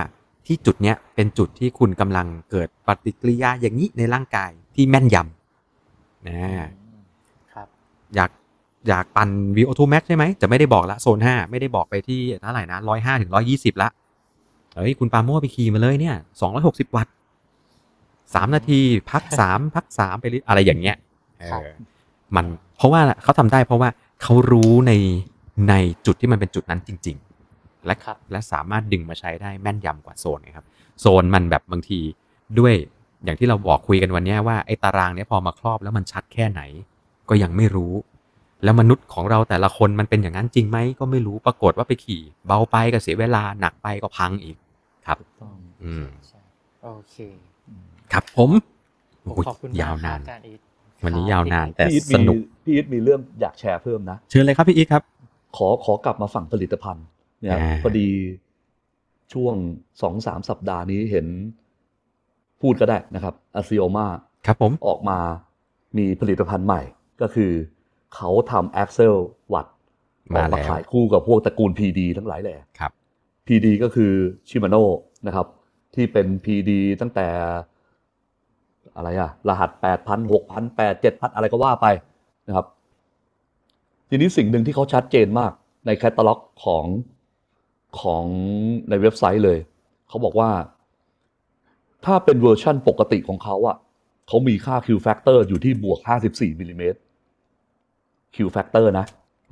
[SPEAKER 2] ที่จุดเนี้ยเป็นจุดที่คุณกำลังเกิดปฏิกิริยาอย่างนี้ในร่างกายที่แม่นยำนะ
[SPEAKER 4] รับ
[SPEAKER 2] อยากอยากปั่น VO2 Max ใช่ไหม จะไม่ได้บอกละโซน 5 ไม่ได้บอกไปที่เท่าไหร่นะร้อยห้าถึงร้อยี่สิบละเฮ้ย คุณปาโม่ไปขี่มาเลยเนี่ยสองร้อยหกสิบวัตต์สามนาทีพักสามพักสามไปเรื่อยอะไรอย่างเงี้ยเอ
[SPEAKER 4] ครับ
[SPEAKER 2] อมันเพราะว่าเขาทำได้เพราะว่าเขารู้ในในจุดที่มันเป็นจุดนั้นจริง ๆ และ
[SPEAKER 4] ครับ
[SPEAKER 2] และสามารถดึงมาใช้ได้แม่นยำกว่าโซนนะครับ โซนมันแบบบางทีด้วยอย่างที่เราบอกคุยกันวันเนี้ยว่าไอ้ตารางเนี้ยพอมาครอบแล้วมันชัดแค่ไหน ก็ยังไม่รู้ แล้วมนุษย์ของเราแต่ละคนมันเป็นอย่างนั้นจริงไหมก็ไม่รู้ปรากฏว่าไปขี่ เบาไปก็เสียเวลาหนักไปก็พังอีกครับ อืม
[SPEAKER 4] ใช่โอเค
[SPEAKER 2] ครับผม
[SPEAKER 4] ผม
[SPEAKER 2] โอ้ย
[SPEAKER 4] ขอบคุณ
[SPEAKER 2] ยาม
[SPEAKER 4] าก
[SPEAKER 2] วนาน
[SPEAKER 4] ครับอาจารย์อีท
[SPEAKER 2] วันนี้ยาวนานแต่
[SPEAKER 5] พี่อีท
[SPEAKER 2] ส
[SPEAKER 5] มี
[SPEAKER 2] นุก
[SPEAKER 5] พี่อีทมีเรื่องอยากแชร์เพิ่มนะ
[SPEAKER 2] เชิญเลยครับพี่อีทครับ
[SPEAKER 5] ขอขอกลับมาฝั่งผลิตภัณฑ์นะครับ
[SPEAKER 2] อ่า
[SPEAKER 5] พอดีช่วงสองสามสัปดาห์นี้เห็นพูดก็ได้นะครับอาซิโอมา
[SPEAKER 2] ครับผม
[SPEAKER 5] ออกมามีผลิตภัณฑ์ใหม่ ก็คือเขาทำแอ x เซลวัตออ
[SPEAKER 2] มาก
[SPEAKER 5] มา
[SPEAKER 2] แล้ว
[SPEAKER 5] ขายคู่กับพวกตระกูล PD ทั้งหลายแหละ
[SPEAKER 2] ครับ
[SPEAKER 5] PD ก็คือชิมาโนนะครับ ที่เป็น PD ตั้งแต่อะไรอะรหัส 8,000 6,000 8 7,000 อะไรก็ว่าไปนะครับ ทีนี้สิ่งหนึ่งที่เขาชัดเจนมากในแคตตาล็อกของของในเว็บไซต์เลย เขาบอกว่า ถ้าเป็นเวอร์ชั่นปกติของเขาอะเขามีค่า Q factor อยู่ที่บวก 54มิลลิเมตร Q factor นะ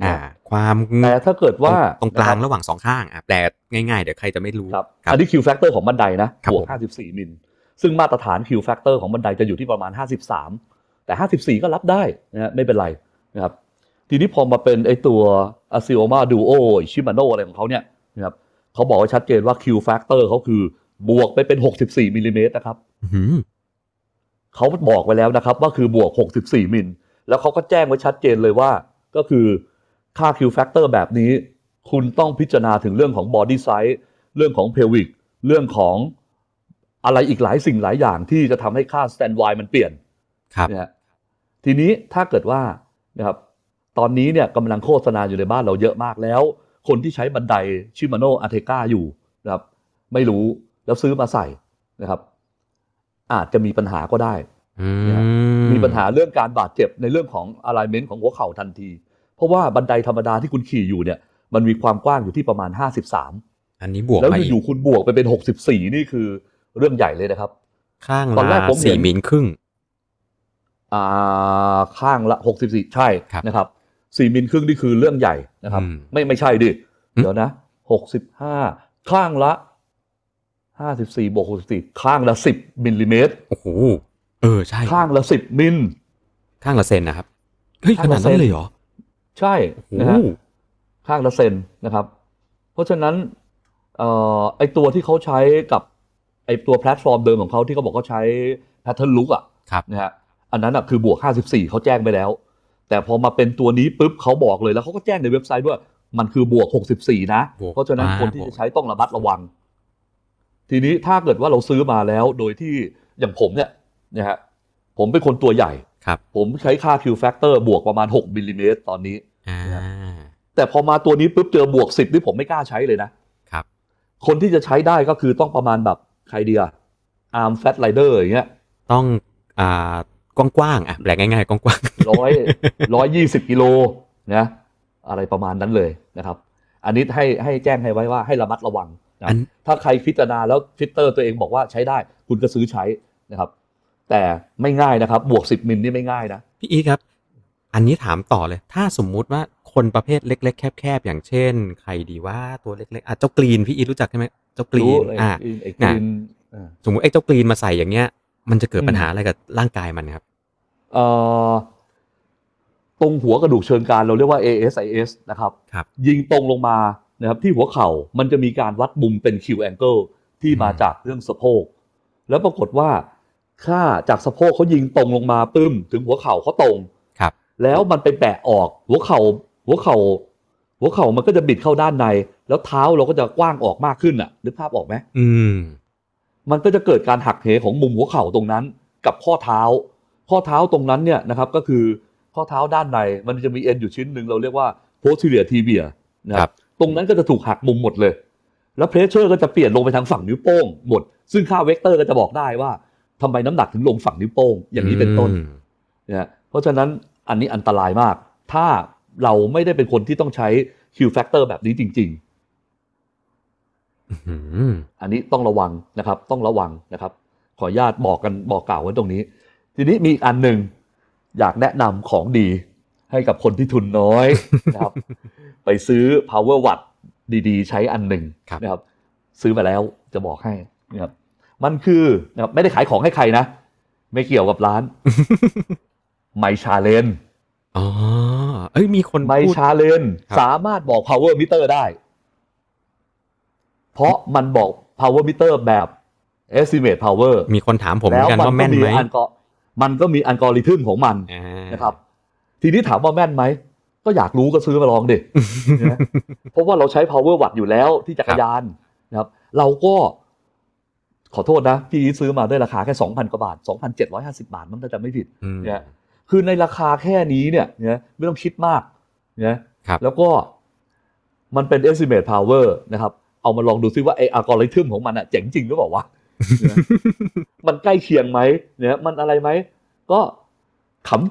[SPEAKER 2] อ่า ความ
[SPEAKER 5] แต่ถ้าเกิดว่า
[SPEAKER 2] ตรงกลางระหว่างสองข้างอ่ะแปลง่ายๆ เดี๋ยวใครจะไม่รู้
[SPEAKER 5] ครับ อันนี้ Q factor ของบันไดนะ
[SPEAKER 2] ครับ
[SPEAKER 5] บวก
[SPEAKER 2] ผม
[SPEAKER 5] 54 มิล ซึ่งมาตรฐาน Q factor ของบันไดจะอยู่ที่ประมาณ 53 แต่ 54 ก็รับได้นะฮะไม่เป็นไรนะครับ ทีนี้พอมาเป็นไอตัว a s i o m a Duo Shimano อะไรของเขาเนี่ยนะครับเขาบอกไว้ชัดเจนว่า Q factor เขาคือบวกไปเป็น 64 มิลลิเมตรนะครับ
[SPEAKER 2] อื้อหือ
[SPEAKER 5] เขาบอกไว้แล้วนะครับว่าคือบวก 64 มิล แล้วเขาก็แจ้งไว้ชัดเจนเลยว่า ก็คือค่า Q factor แบบนี้ คุณต้องพิจารณาถึงเรื่องของ body size เรื่องของ pelvic เรื่องของอะไรอีกหลายสิ่งหลายอย่างที่จะทำให้ค่า stand y มันเปลี่ยน
[SPEAKER 2] ครับ
[SPEAKER 5] นะฮะทีนี้ถ้าเกิดว่านะครับตอนนี้เนี่ยกำลังโฆษณาอยู่ในบ้านเราเยอะมากแล้ว คนที่ใช้บันไดชิมาน o อาเทกาอยู่นะครับไม่รู้แล้วซื้อมาใส่นะครับ อาจจะมีปัญหาก็ได้
[SPEAKER 2] อื
[SPEAKER 5] มีปัญหาเรื่องการบาดเจ็บในเรื่องของ alignment ของหัวเข่าทันที เพราะว่าบันไดธรรมดาที่คุณขี่อยู่เนี่ย มันมีความกว้างอยู่ที่ประมาณ 53
[SPEAKER 2] อันนี้บวก
[SPEAKER 5] แล้ว
[SPEAKER 2] มาอีก
[SPEAKER 5] อยู่ๆคุณบวกไปเป็น 64 นี่คือเรื่องใหญ่เลยนะครับ
[SPEAKER 2] ข้าง
[SPEAKER 5] ตอนแร
[SPEAKER 2] ละ
[SPEAKER 5] กผมเห็น
[SPEAKER 2] สี่มิลครึ่ง
[SPEAKER 5] อ่าข้างละ 64 ใช่
[SPEAKER 2] ครับ
[SPEAKER 5] นะครับ4มิลครึ่งนี่คือเรื่องใหญ่นะครับ
[SPEAKER 2] อืม
[SPEAKER 5] ไม่ไม่ใช่ดิ
[SPEAKER 2] อืม
[SPEAKER 5] เดี๋ยวนะ 65 ข้างละ 54บวก64 ข้างละ 10มิลลิเมตร
[SPEAKER 2] โอ้โหเออใช่
[SPEAKER 5] ข้างละ 10มิล
[SPEAKER 2] ข้างละเซนนะครับเฮ้ยข
[SPEAKER 5] ข้าง
[SPEAKER 2] นาด
[SPEAKER 5] ละเซน
[SPEAKER 2] นั้นเลยเหรอ
[SPEAKER 5] ใช่
[SPEAKER 2] โอ้
[SPEAKER 5] นะ
[SPEAKER 2] โห
[SPEAKER 5] ฮะ ข้างละเซนนะครับ เพราะฉะนั้นเอ่อไอตัวที่เขาใช้กับไอตัวแพลตฟอร์มเดิมของเขาที่เขาบอกเขาใช้แพทเทิร์นลุกอ่ะ
[SPEAKER 2] ครับ
[SPEAKER 5] นะฮะอันนั้นอ่ะคือบวก 54 เขาแจ้งไปแล้ว แต่พอมาเป็นตัวนี้ปุ๊บเขาบอกเลยแล้วเขาก็แจ้งในเว็บไซต์ด้วยมันคือบวก 64 นะ
[SPEAKER 2] บวก
[SPEAKER 5] เพราะฉะนั้น
[SPEAKER 2] อ่า
[SPEAKER 5] คนที่
[SPEAKER 2] บวก
[SPEAKER 5] จะใช้ต้องระมัดระวัง ทีนี้ถ้าเกิดว่าเราซื้อมาแล้วโดยที่อย่างผมเนี่ยนะฮะผมเป็นคนตัวใหญ่
[SPEAKER 2] ครับ
[SPEAKER 5] ผมใช้ค่า Q factor บวกประมาณ 6มิลลิเมตรตอนนี้
[SPEAKER 2] อ่า
[SPEAKER 5] แต่พอมาตัวนี้ปุ๊บเจอบวกสิบนี่ผมไม่กล้าใช้เลยนะครับ คนที่จะใช้ได้ก็คือต้องประมาณแบบใครเดียอาร์มแฟตไรเดอร์อย่างเงี้ย
[SPEAKER 2] ต้องอ่ากว้างๆอ่ะแปลง่ายๆกว้าง
[SPEAKER 5] ร้อย ร้อยยี่สิบกิโลนะอะไรประมาณนั้นเลยนะครับ อันนี้ให้ให้แจ้งให้ไว้ว่าให้ระมัดระวัง
[SPEAKER 2] ๆ
[SPEAKER 5] นะ
[SPEAKER 2] อัน
[SPEAKER 5] ถ้าใครพิจารณาแล้วฟิตเตอร์ตัวเองบอกว่าใช้ได้ คุณก็ซื้อใช้นะครับ แต่ไม่ง่ายนะครับ บวกสิบมิลนี่ไม่ง่ายนะ
[SPEAKER 2] พี่อีทครับ อันนี้ถามต่อเลย ถ้าสมมุติว่าคนประเภทเล็ก ๆ แคบๆอย่างเช่น ใครดีว่าตัวเล็กๆอ่ะเจ้ากรีนพี่อีทรู้จักใช่ไหมเจ้ากรี
[SPEAKER 5] รู้
[SPEAKER 2] น
[SPEAKER 5] เลย
[SPEAKER 2] อ่ะ
[SPEAKER 5] ไอ้กรีน
[SPEAKER 2] สมมติไอ้เจ้ากรีนมาใส่อย่างเงี้ย มันจะเกิด
[SPEAKER 5] อืม
[SPEAKER 2] ปัญหาอะไรกับร่างกายมันครับ
[SPEAKER 5] เอ่อตรงหัวกระดูกเชิงกรารเราเรียกว่า ASIS นะครับ
[SPEAKER 2] ครับ
[SPEAKER 5] ยิงตรงลงมานะครับที่หัวเข่ามันจะมีการวัดมุมเป็น Q angle ที่มา
[SPEAKER 2] อืม
[SPEAKER 5] จากเรื่องสะโพก แล้วปรากฏว่าค่าจากสะโพกเขายิงตรงลงมาปึ้ม ถึงหัวเข่าเขาตรง
[SPEAKER 2] ครับ
[SPEAKER 5] แล้วมันไปแปะออกหัวเข่าหัวเข่าหัวเข่ามันก็จะบิดเข้าด้านใน แล้วเท้าเราก็จะกว้างออกมากขึ้นอ่ะนึกภาพออกไหม
[SPEAKER 2] อืม
[SPEAKER 5] มันก็จะเกิดการหักเหของมุมหัวเข่าตรงนั้นกับข้อเท้า ข้อเท้าตรงนั้นเนี่ยนะครับก็คือข้อเท้าด้านในมันจะมีเอ็นอยู่ชิ้นหนึ่งเราเรียกว่า posterior tibia นะค
[SPEAKER 2] ครั
[SPEAKER 5] รับบ ตรงนั้นก็จะถูกหักมุมหมดเลย แล้วเพรสเชอร์ก็จะเปลี่ยนลงไปทางฝั่งนิ้วโป้งหมด ซึ่งค่าเวกเตอร์ก็จะบอกได้ว่าทำไมน้ำหนักถึงลงฝั่งนิ้วโป้งอย่างนี้เป็นต้น
[SPEAKER 2] อืม
[SPEAKER 5] นะฮะเพราะฉะนั้นอันนี้อันตรายมาก ถ้าเราไม่ได้เป็นคนที่ต้องใช้ Q factor แบบนี้จริง
[SPEAKER 2] อื้อหือ
[SPEAKER 5] ๆ อันนี้ต้องระวังนะครับต้องระวังนะครับ ขออนุญาตบอกกันบอกกล่าวไว้ตรงนี้ ทีนี้มีอีกอันหนึ่งอยากแนะนำของดี ให้กับคนที่ทุนน้อย นะครับ ไปซื้อ power watt ดีๆ ใช้อันหนึ่ง
[SPEAKER 2] ครับ
[SPEAKER 5] นะครับ ซื้อมาแล้วจะบอกให้นะครับมันคือนะครับไม่ได้ขายของให้ใครนะ ไม่เกี่ยวกับ ร้าน ไมชาเลน
[SPEAKER 2] อ๋อ เอ้ยมีคน
[SPEAKER 5] ไม
[SPEAKER 2] พูด
[SPEAKER 5] ชาเลน
[SPEAKER 2] ครับ
[SPEAKER 5] สามารถบอก power meter ได้ เพราะมันบอก power meter แบบ estimate power
[SPEAKER 2] มีคนถามผมเหมือนกันว่าแม่นไหม
[SPEAKER 5] อันก็มันก็มีอัลกอริทึมของมัน
[SPEAKER 2] อ่า
[SPEAKER 5] นะครับ ทีนี้ถามว่าแม่นไหม ก็อยากรู้ก็ซื้อมาลองดิ นะเพราะว่าเราใช้ power watt อยู่แล้วที่จักรยานนะครับ เราก็ขอโทษนะ พี่อีทซื้อมาด้วยราคาแค่ 2,000 กว่าบาท 2,750 บาท มันถ้าจะไม่ผิด
[SPEAKER 2] อืม
[SPEAKER 5] เนี่ย คือในราคาแค่นี้เนี่ยนะไม่ต้องคิดมากนะครับ แล้วก็มันเป็น estimate power นะครับ เอามาลองดูซิว่าไอ้อัลกอริทึมของมันอะเจ๋งจริงหรือเปล่าวะ นะมันใกล้เคียงไหมเนี่ยมันอะไรไหม ก็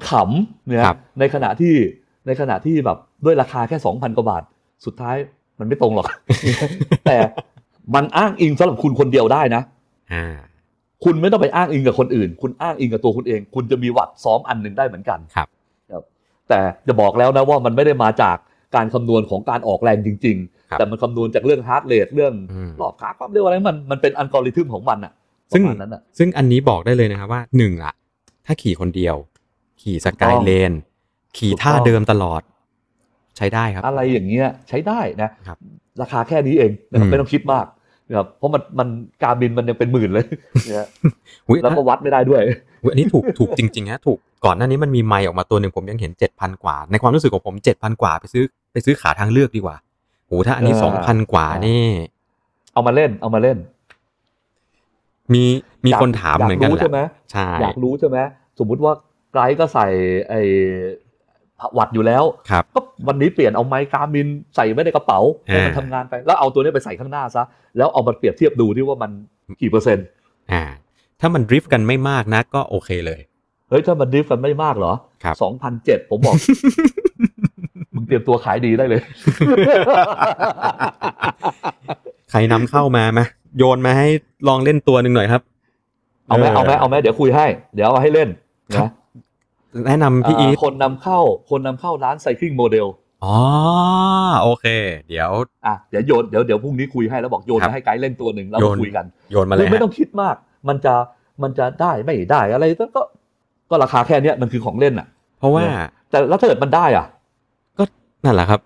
[SPEAKER 5] ขำๆเนี่ย
[SPEAKER 2] ครับ
[SPEAKER 5] ในขณะที่ในขณะที่แบบด้วยราคาแค่ 2,000 กว่าบาท สุดท้ายมันไม่ตรงหรอก แต่มันอ้างอิงสำหรับคุณคนเดียวได้นะ
[SPEAKER 2] อ่า
[SPEAKER 5] คุณไม่ต้องไปอ้างอิงกับคนอื่น คุณอ้างอิงกับตัวคุณเอง คุณจะมีวัดซ้อมอันหนึ่งได้เหมือนกัน
[SPEAKER 2] ครับ
[SPEAKER 5] ครับ แต่จะบอกแล้วนะว่ามันไม่ได้มาจากการคำนวณของการออกแรงจริง
[SPEAKER 2] ครับ
[SPEAKER 5] ๆ แต่มันคำนวณจากเรื่องฮาร์ดเรทเรื่อง
[SPEAKER 2] อืม
[SPEAKER 5] รอบขาความเร็วอะไรมันมันเป็นอัลกอริทึมของมันอะ
[SPEAKER 2] ซึ่ง
[SPEAKER 5] ประมาณนั้นอะ
[SPEAKER 2] ซึ่งอันนี้บอกได้เลยนะครับว่าหนึ่งละถ้าขี่คนเดียว ขี่สกายเลน ขี่ท่า
[SPEAKER 5] ถูกต้อง
[SPEAKER 2] เดิมตลอด ใช้ได้ครับ
[SPEAKER 5] อะไรอย่างเงี้ยใช้ได้นะครับ คาแค่นี้เองนะครับ
[SPEAKER 2] อืม
[SPEAKER 5] ไม่ต้องคิดมากนะครับเพราะมันมันการบินมันยังเป็นหมื่น เลยเนี่ย
[SPEAKER 2] อุ๊ย
[SPEAKER 5] แล้วก็วัดไม่ได้ด้วย
[SPEAKER 2] อุ๊ยอันนี้ถูก ถูกจริงๆฮะถูกก่อนหน้านี้มันมีไมค์ออกมาตัวหนึ่งผมยังเห็นเจ็ดพันกว่า ในความรู้สึกของผมเจ็ดพันกว่าไปซื้อไปซื้อขาทางเลือกดีกว่าโหถ้าอันนี้
[SPEAKER 5] เออ
[SPEAKER 2] สองพันกว่านี่
[SPEAKER 5] เอามาเล่นเอามาเล่น
[SPEAKER 2] มีมี
[SPEAKER 5] อยก
[SPEAKER 2] คนถามเหมือนกัน
[SPEAKER 5] ยารู้
[SPEAKER 2] แห
[SPEAKER 5] ใช่ไหม
[SPEAKER 2] ละใช่
[SPEAKER 5] อยากรู้ใช่ไหมสมมุติว่าไกด์ก็ใส่ไอ้หวัดอยู่แล้ว
[SPEAKER 2] ครับ
[SPEAKER 5] ก็วันนี้เปลี่ยนเอาไม้กามินใส่ไว้ในกระเป๋า
[SPEAKER 2] อ่า
[SPEAKER 5] ให้มันทำงานไป แล้วเอาตัวนี้ไปใส่ข้างหน้าซะ แล้วเอามาเปรียบเทียบดูที่ว่ามันกี่เปอร์เซ็นต์
[SPEAKER 2] อ่า ถ้ามันดริฟต์กันไม่มากนะก็โอเคเลย
[SPEAKER 5] เฮ้ย ถ้ามันดริฟต์กันไม่มากเหรอ
[SPEAKER 2] ครับ
[SPEAKER 5] สองพันเจ็ด ผมบอก มึงเตรียมตัวขายดีได้เลย
[SPEAKER 2] ใครนำเข้ามามาโยนมาให้ลองเล่นตัวหนึ่งหน่อยครับ
[SPEAKER 5] เอาไหมเอาไหมเอาไหมเดี๋ยวคุยให้ เดี๋ยวเอาให้เล่น
[SPEAKER 2] ครับ
[SPEAKER 5] นะ
[SPEAKER 2] แนะนำพี่อี
[SPEAKER 5] า
[SPEAKER 2] ท
[SPEAKER 5] คนนำเข้าคนนำเข้าร้านไซคลิงโมเดล
[SPEAKER 2] อ๋อโอเค เดี๋ยว
[SPEAKER 5] อ่ะเดี๋ยวโยนเดี๋ยวเดี๋ยวพรุ่งนี้คุยให้แล้วบอกโยน
[SPEAKER 2] ครับ
[SPEAKER 5] มาให้ไกด์เล่นตัวหนึ่งแล้ว
[SPEAKER 2] โย
[SPEAKER 5] มาน คุยกัน
[SPEAKER 2] โยนมาเลย
[SPEAKER 5] ไม่
[SPEAKER 2] ฮะ
[SPEAKER 5] ต้องคิดมาก มันจะมันจะได้ไม่ได้อะไรก็ก็ก็ราคาแค่เนี้ยมันคือของเล่นอ่ะ
[SPEAKER 2] เพราะว่า
[SPEAKER 5] แต่แล้วถ้าเกิดมันได้ อ่ะ
[SPEAKER 2] นั่นแหละครับ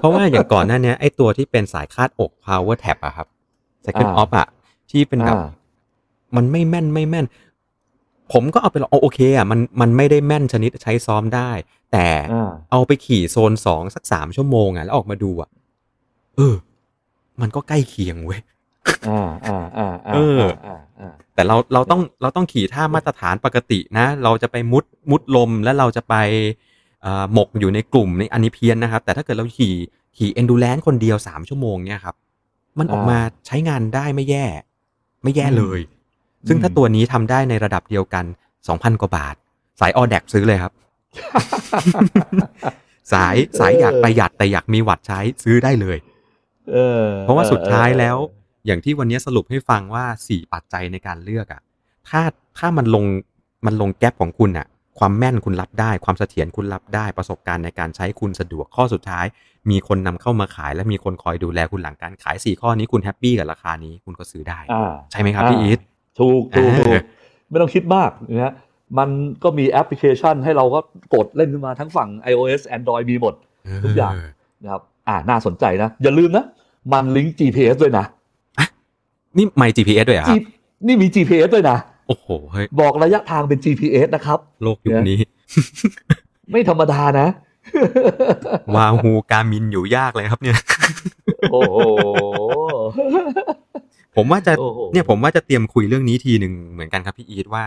[SPEAKER 2] เพราะว่าอย่างก่อนหน้าเนี้ยไอ้ตัวที่เป็นสายคาดอก power tap อะครับ second
[SPEAKER 5] อ่า
[SPEAKER 2] off อะที่เป็นแบบ
[SPEAKER 5] อ่า
[SPEAKER 2] มันไม่แม่นไม่แม่น ผมก็เอาไปลองเอาโอเคอะมันมันไม่ได้แม่นชนิดใช้ซ้อมได้ แต่
[SPEAKER 5] อ่า
[SPEAKER 2] เอาไปขี่โซนสองสักสามชั่วโมงอะแล้วออกมาดูอะเออ มันก็ใกล้เคียงเว้ย
[SPEAKER 5] อ่าอ่าอ่า
[SPEAKER 2] เออ
[SPEAKER 5] อ่าอ่า
[SPEAKER 2] แต่เราเราต้องเราต้องขี่ท่ามาตรฐานปกตินะ เราจะไปมุดมุดลมแล้วเราจะไปเอ่อหมกอยู่ในกลุ่มในอันนี้เพี้ยนนะครับ แต่ถ้าเกิดเราขี่ขี่เอนดูแลนคนเดียว 3 ชั่วโมงเนี่ยครับ มันออกมาใช้งานได้ไม่แย่ ไม่แย่เลย ซึ่งถ้าตัวนี้ทำได้ในระดับเดียวกัน 2,000 กว่าบาท สายออแดกซื้อเลยครับ สายสายอยากประหยัดแต่อยากมีวัดใช้ซื้อได้เลย
[SPEAKER 5] เออ
[SPEAKER 2] เพราะว่าสุดท้าย
[SPEAKER 5] เออ
[SPEAKER 2] แล้วอย่างที่วันนี้สรุปให้ฟังว่าสี่ปัจจัยในการเลือกอะถ้าถ้ามันลงมันลงแก๊ปของคุณอะความแม่นคุณรับได้ ความเสถียรคุณรับได้ประสบการณ์ในการใช้คุณสะดวกข้อสุดท้าย มีคนนำเข้ามาขาย และมีคนคอยดูแลคุณหลังการขายสี่ข้อนี้คุณแฮปปี้กับราคานี้คุณก็ซื้อได้
[SPEAKER 5] อ่า
[SPEAKER 2] ใช่ไหมครับพี่
[SPEAKER 5] อ่า
[SPEAKER 2] อีท
[SPEAKER 5] ถูกถูกถู
[SPEAKER 2] เอก อ
[SPEAKER 5] ไม่ต้องคิดมากนะฮะมันก็มีแอปพลิเคชันให้เราก็กดเล่นขึ้นมาทั้งฝั่ง iOS Android มีหมด ทุกอย่าง
[SPEAKER 2] เ
[SPEAKER 5] นะครับอ่าน่าสนใจนะ อย่าลืมนะ มันลิงก์ GPS ด้วยนะ
[SPEAKER 2] นี่ไม่ GPS ด้วยเหรอครับ
[SPEAKER 5] G- นี่มี GPS ด้วยนะ
[SPEAKER 2] โอ้โหเฮ้ย
[SPEAKER 5] บอกระยะทางเป็น GPS นะครับ
[SPEAKER 2] โลกยุคนี้
[SPEAKER 5] ไม่ธรรมดานะ
[SPEAKER 2] วาฮูการมินอยู่ยากเลยครับเนี่ย
[SPEAKER 5] โอ้โห
[SPEAKER 2] ผมว่าจะ
[SPEAKER 5] โอ้โห
[SPEAKER 2] เนี่ยผมว่าจะเตรียมคุยเรื่องนี้ทีหนึ่งเหมือนกันครับพี่อีทว่า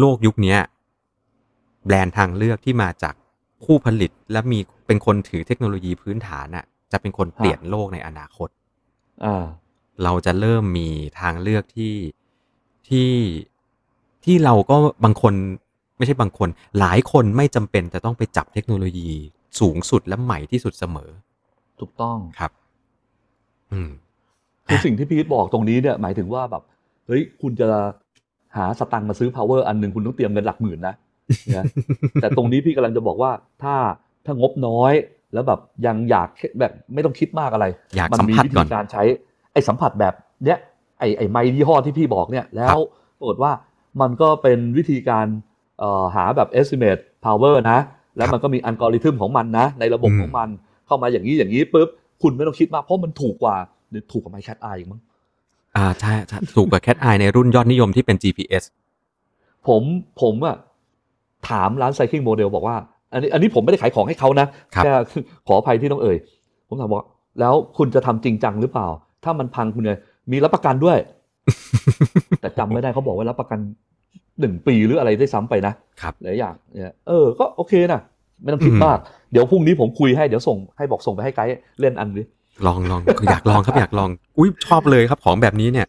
[SPEAKER 2] โลกยุคเนี้ยแบรนด์ทางเลือกที่มาจากผู้ผลิตและมีเป็นคนถือเทคโนโลยีพื้นฐานน่ะจะเป็นคนเปลี่ยนโลกในอนาคต
[SPEAKER 5] อ่า
[SPEAKER 2] เราจะเริ่มมีทางเลือกที่ที่ที่เราก็บางคนไม่ใช่บางคน หลายคนไม่จำเป็นจะต้องไปจับเทคโนโลยีสูงสุดและใหม่ที่สุดเสมอ
[SPEAKER 5] ถูกต้อง
[SPEAKER 2] ครับ อืม
[SPEAKER 5] คือสิ่งที่พีทบอกตรงนี้เนี่ยหมายถึงว่าแบบเฮ้ยคุณจะหาสตังค์มาซื้อ power อันหนึ่งคุณต้องเตรียมเงินหลักหมื่นนะนะ แต่ตรงนี้พี่กำลังจะบอกว่าถ้าถ้างบน้อยแล้วแบบยังอยากแบบไม่ต้องคิดมากอะไร
[SPEAKER 2] อยาก
[SPEAKER 5] มั
[SPEAKER 2] สัม
[SPEAKER 5] มี
[SPEAKER 2] ผัส
[SPEAKER 5] วิ
[SPEAKER 2] ก่อ
[SPEAKER 5] ธี
[SPEAKER 2] น
[SPEAKER 5] การใช้ไอ้สัมผัสแบบเนี้ยไอ้ไอ้ไม้ยี่ห้อที่พี่บอกเนี่ยแล้
[SPEAKER 2] ครั
[SPEAKER 5] ว
[SPEAKER 2] บ
[SPEAKER 5] ปรากฏว่ามันก็เป็นวิธีการเอ่อหาแบบ estimate power นะ แล้วมันก็มีอัลกอริทึมของมันนะ ในระบบของมันเข้ามาอย่างนี้อย่างนี้ปุ๊บคุณไม่ต้องคิดมากเพราะมันถูกกว่าหรือถูกกว่าไม้แคทไอมั้ง
[SPEAKER 2] อ่าใช่ใช่ถูกกว่าแคทไอในรุ่นยอดนิยมที่เป็น GPS
[SPEAKER 5] ผมผมอะถามร้านไซคลิงโมเดลบอกว่า อันนี้อันนี้ผมไม่ได้ขายของให้เขานะครับ แค่ ขออภัยที่ต้องเอ่ย ผมถามว่าแล้วคุณจะทำจริงจังหรือเปล่า ถ้ามันพังคุณเนี่ยมีรับประกันด้วย แต่จำไม่ได้เขาบอกว่ารับประกันหนึ่งปีหรืออะไรได้วยซ้ำไปนะครับ หลายอย่างเนี่ยเออก็โอเคนะไม่ต้องคิดมากเดี๋ยวพรุ่งนี้ผมคุยให้เดี๋ยวส่งให้บอกส่งไปให้ไกด์เล่นอันนี้
[SPEAKER 2] ลองลอง อยากล องครับอยากลอง อุ้ยชอบเลยครับของแบบนี้เนี่ย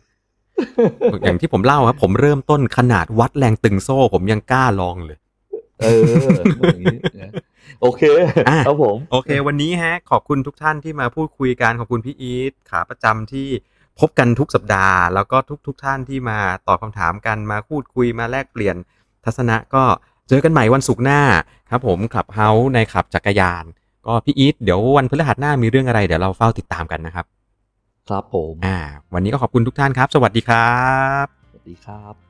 [SPEAKER 2] อย่างที่ผมเล่าครับ ผมเริ่มต้นขนาดวัดแรงตึงโซ่ ผมยังกล้าลองเลย
[SPEAKER 5] เอออย่างนี้นะโอเค
[SPEAKER 2] อ่ะ
[SPEAKER 5] ครับผม
[SPEAKER 2] โอเค วันนี้ฮะ ขอบคุณทุกท่านที่มาพูดคุยกัน ขอบคุณพี่อีทขาประจำที่พบกันทุกสัปดาห์ แล้วก็ทุกทุกๆท่านที่มาตอบคำถามกันมาพูดคุยมาแลกเปลี่ยนทัศนะก็เจอกันใหม่วันศุกร์หน้าครับ ผมขับเฮาในขับจักรยาน ก็พี่อีทเดี๋ยววันพฤหัสหน้ามีเรื่องอะไรเดี๋ยวเราเฝ้าติดตามกันนะครับ
[SPEAKER 5] ครับผม
[SPEAKER 2] อ่า วันนี้ก็ขอบคุณทุกท่านครับ สวัสดีครับ
[SPEAKER 5] สวัสดีครับ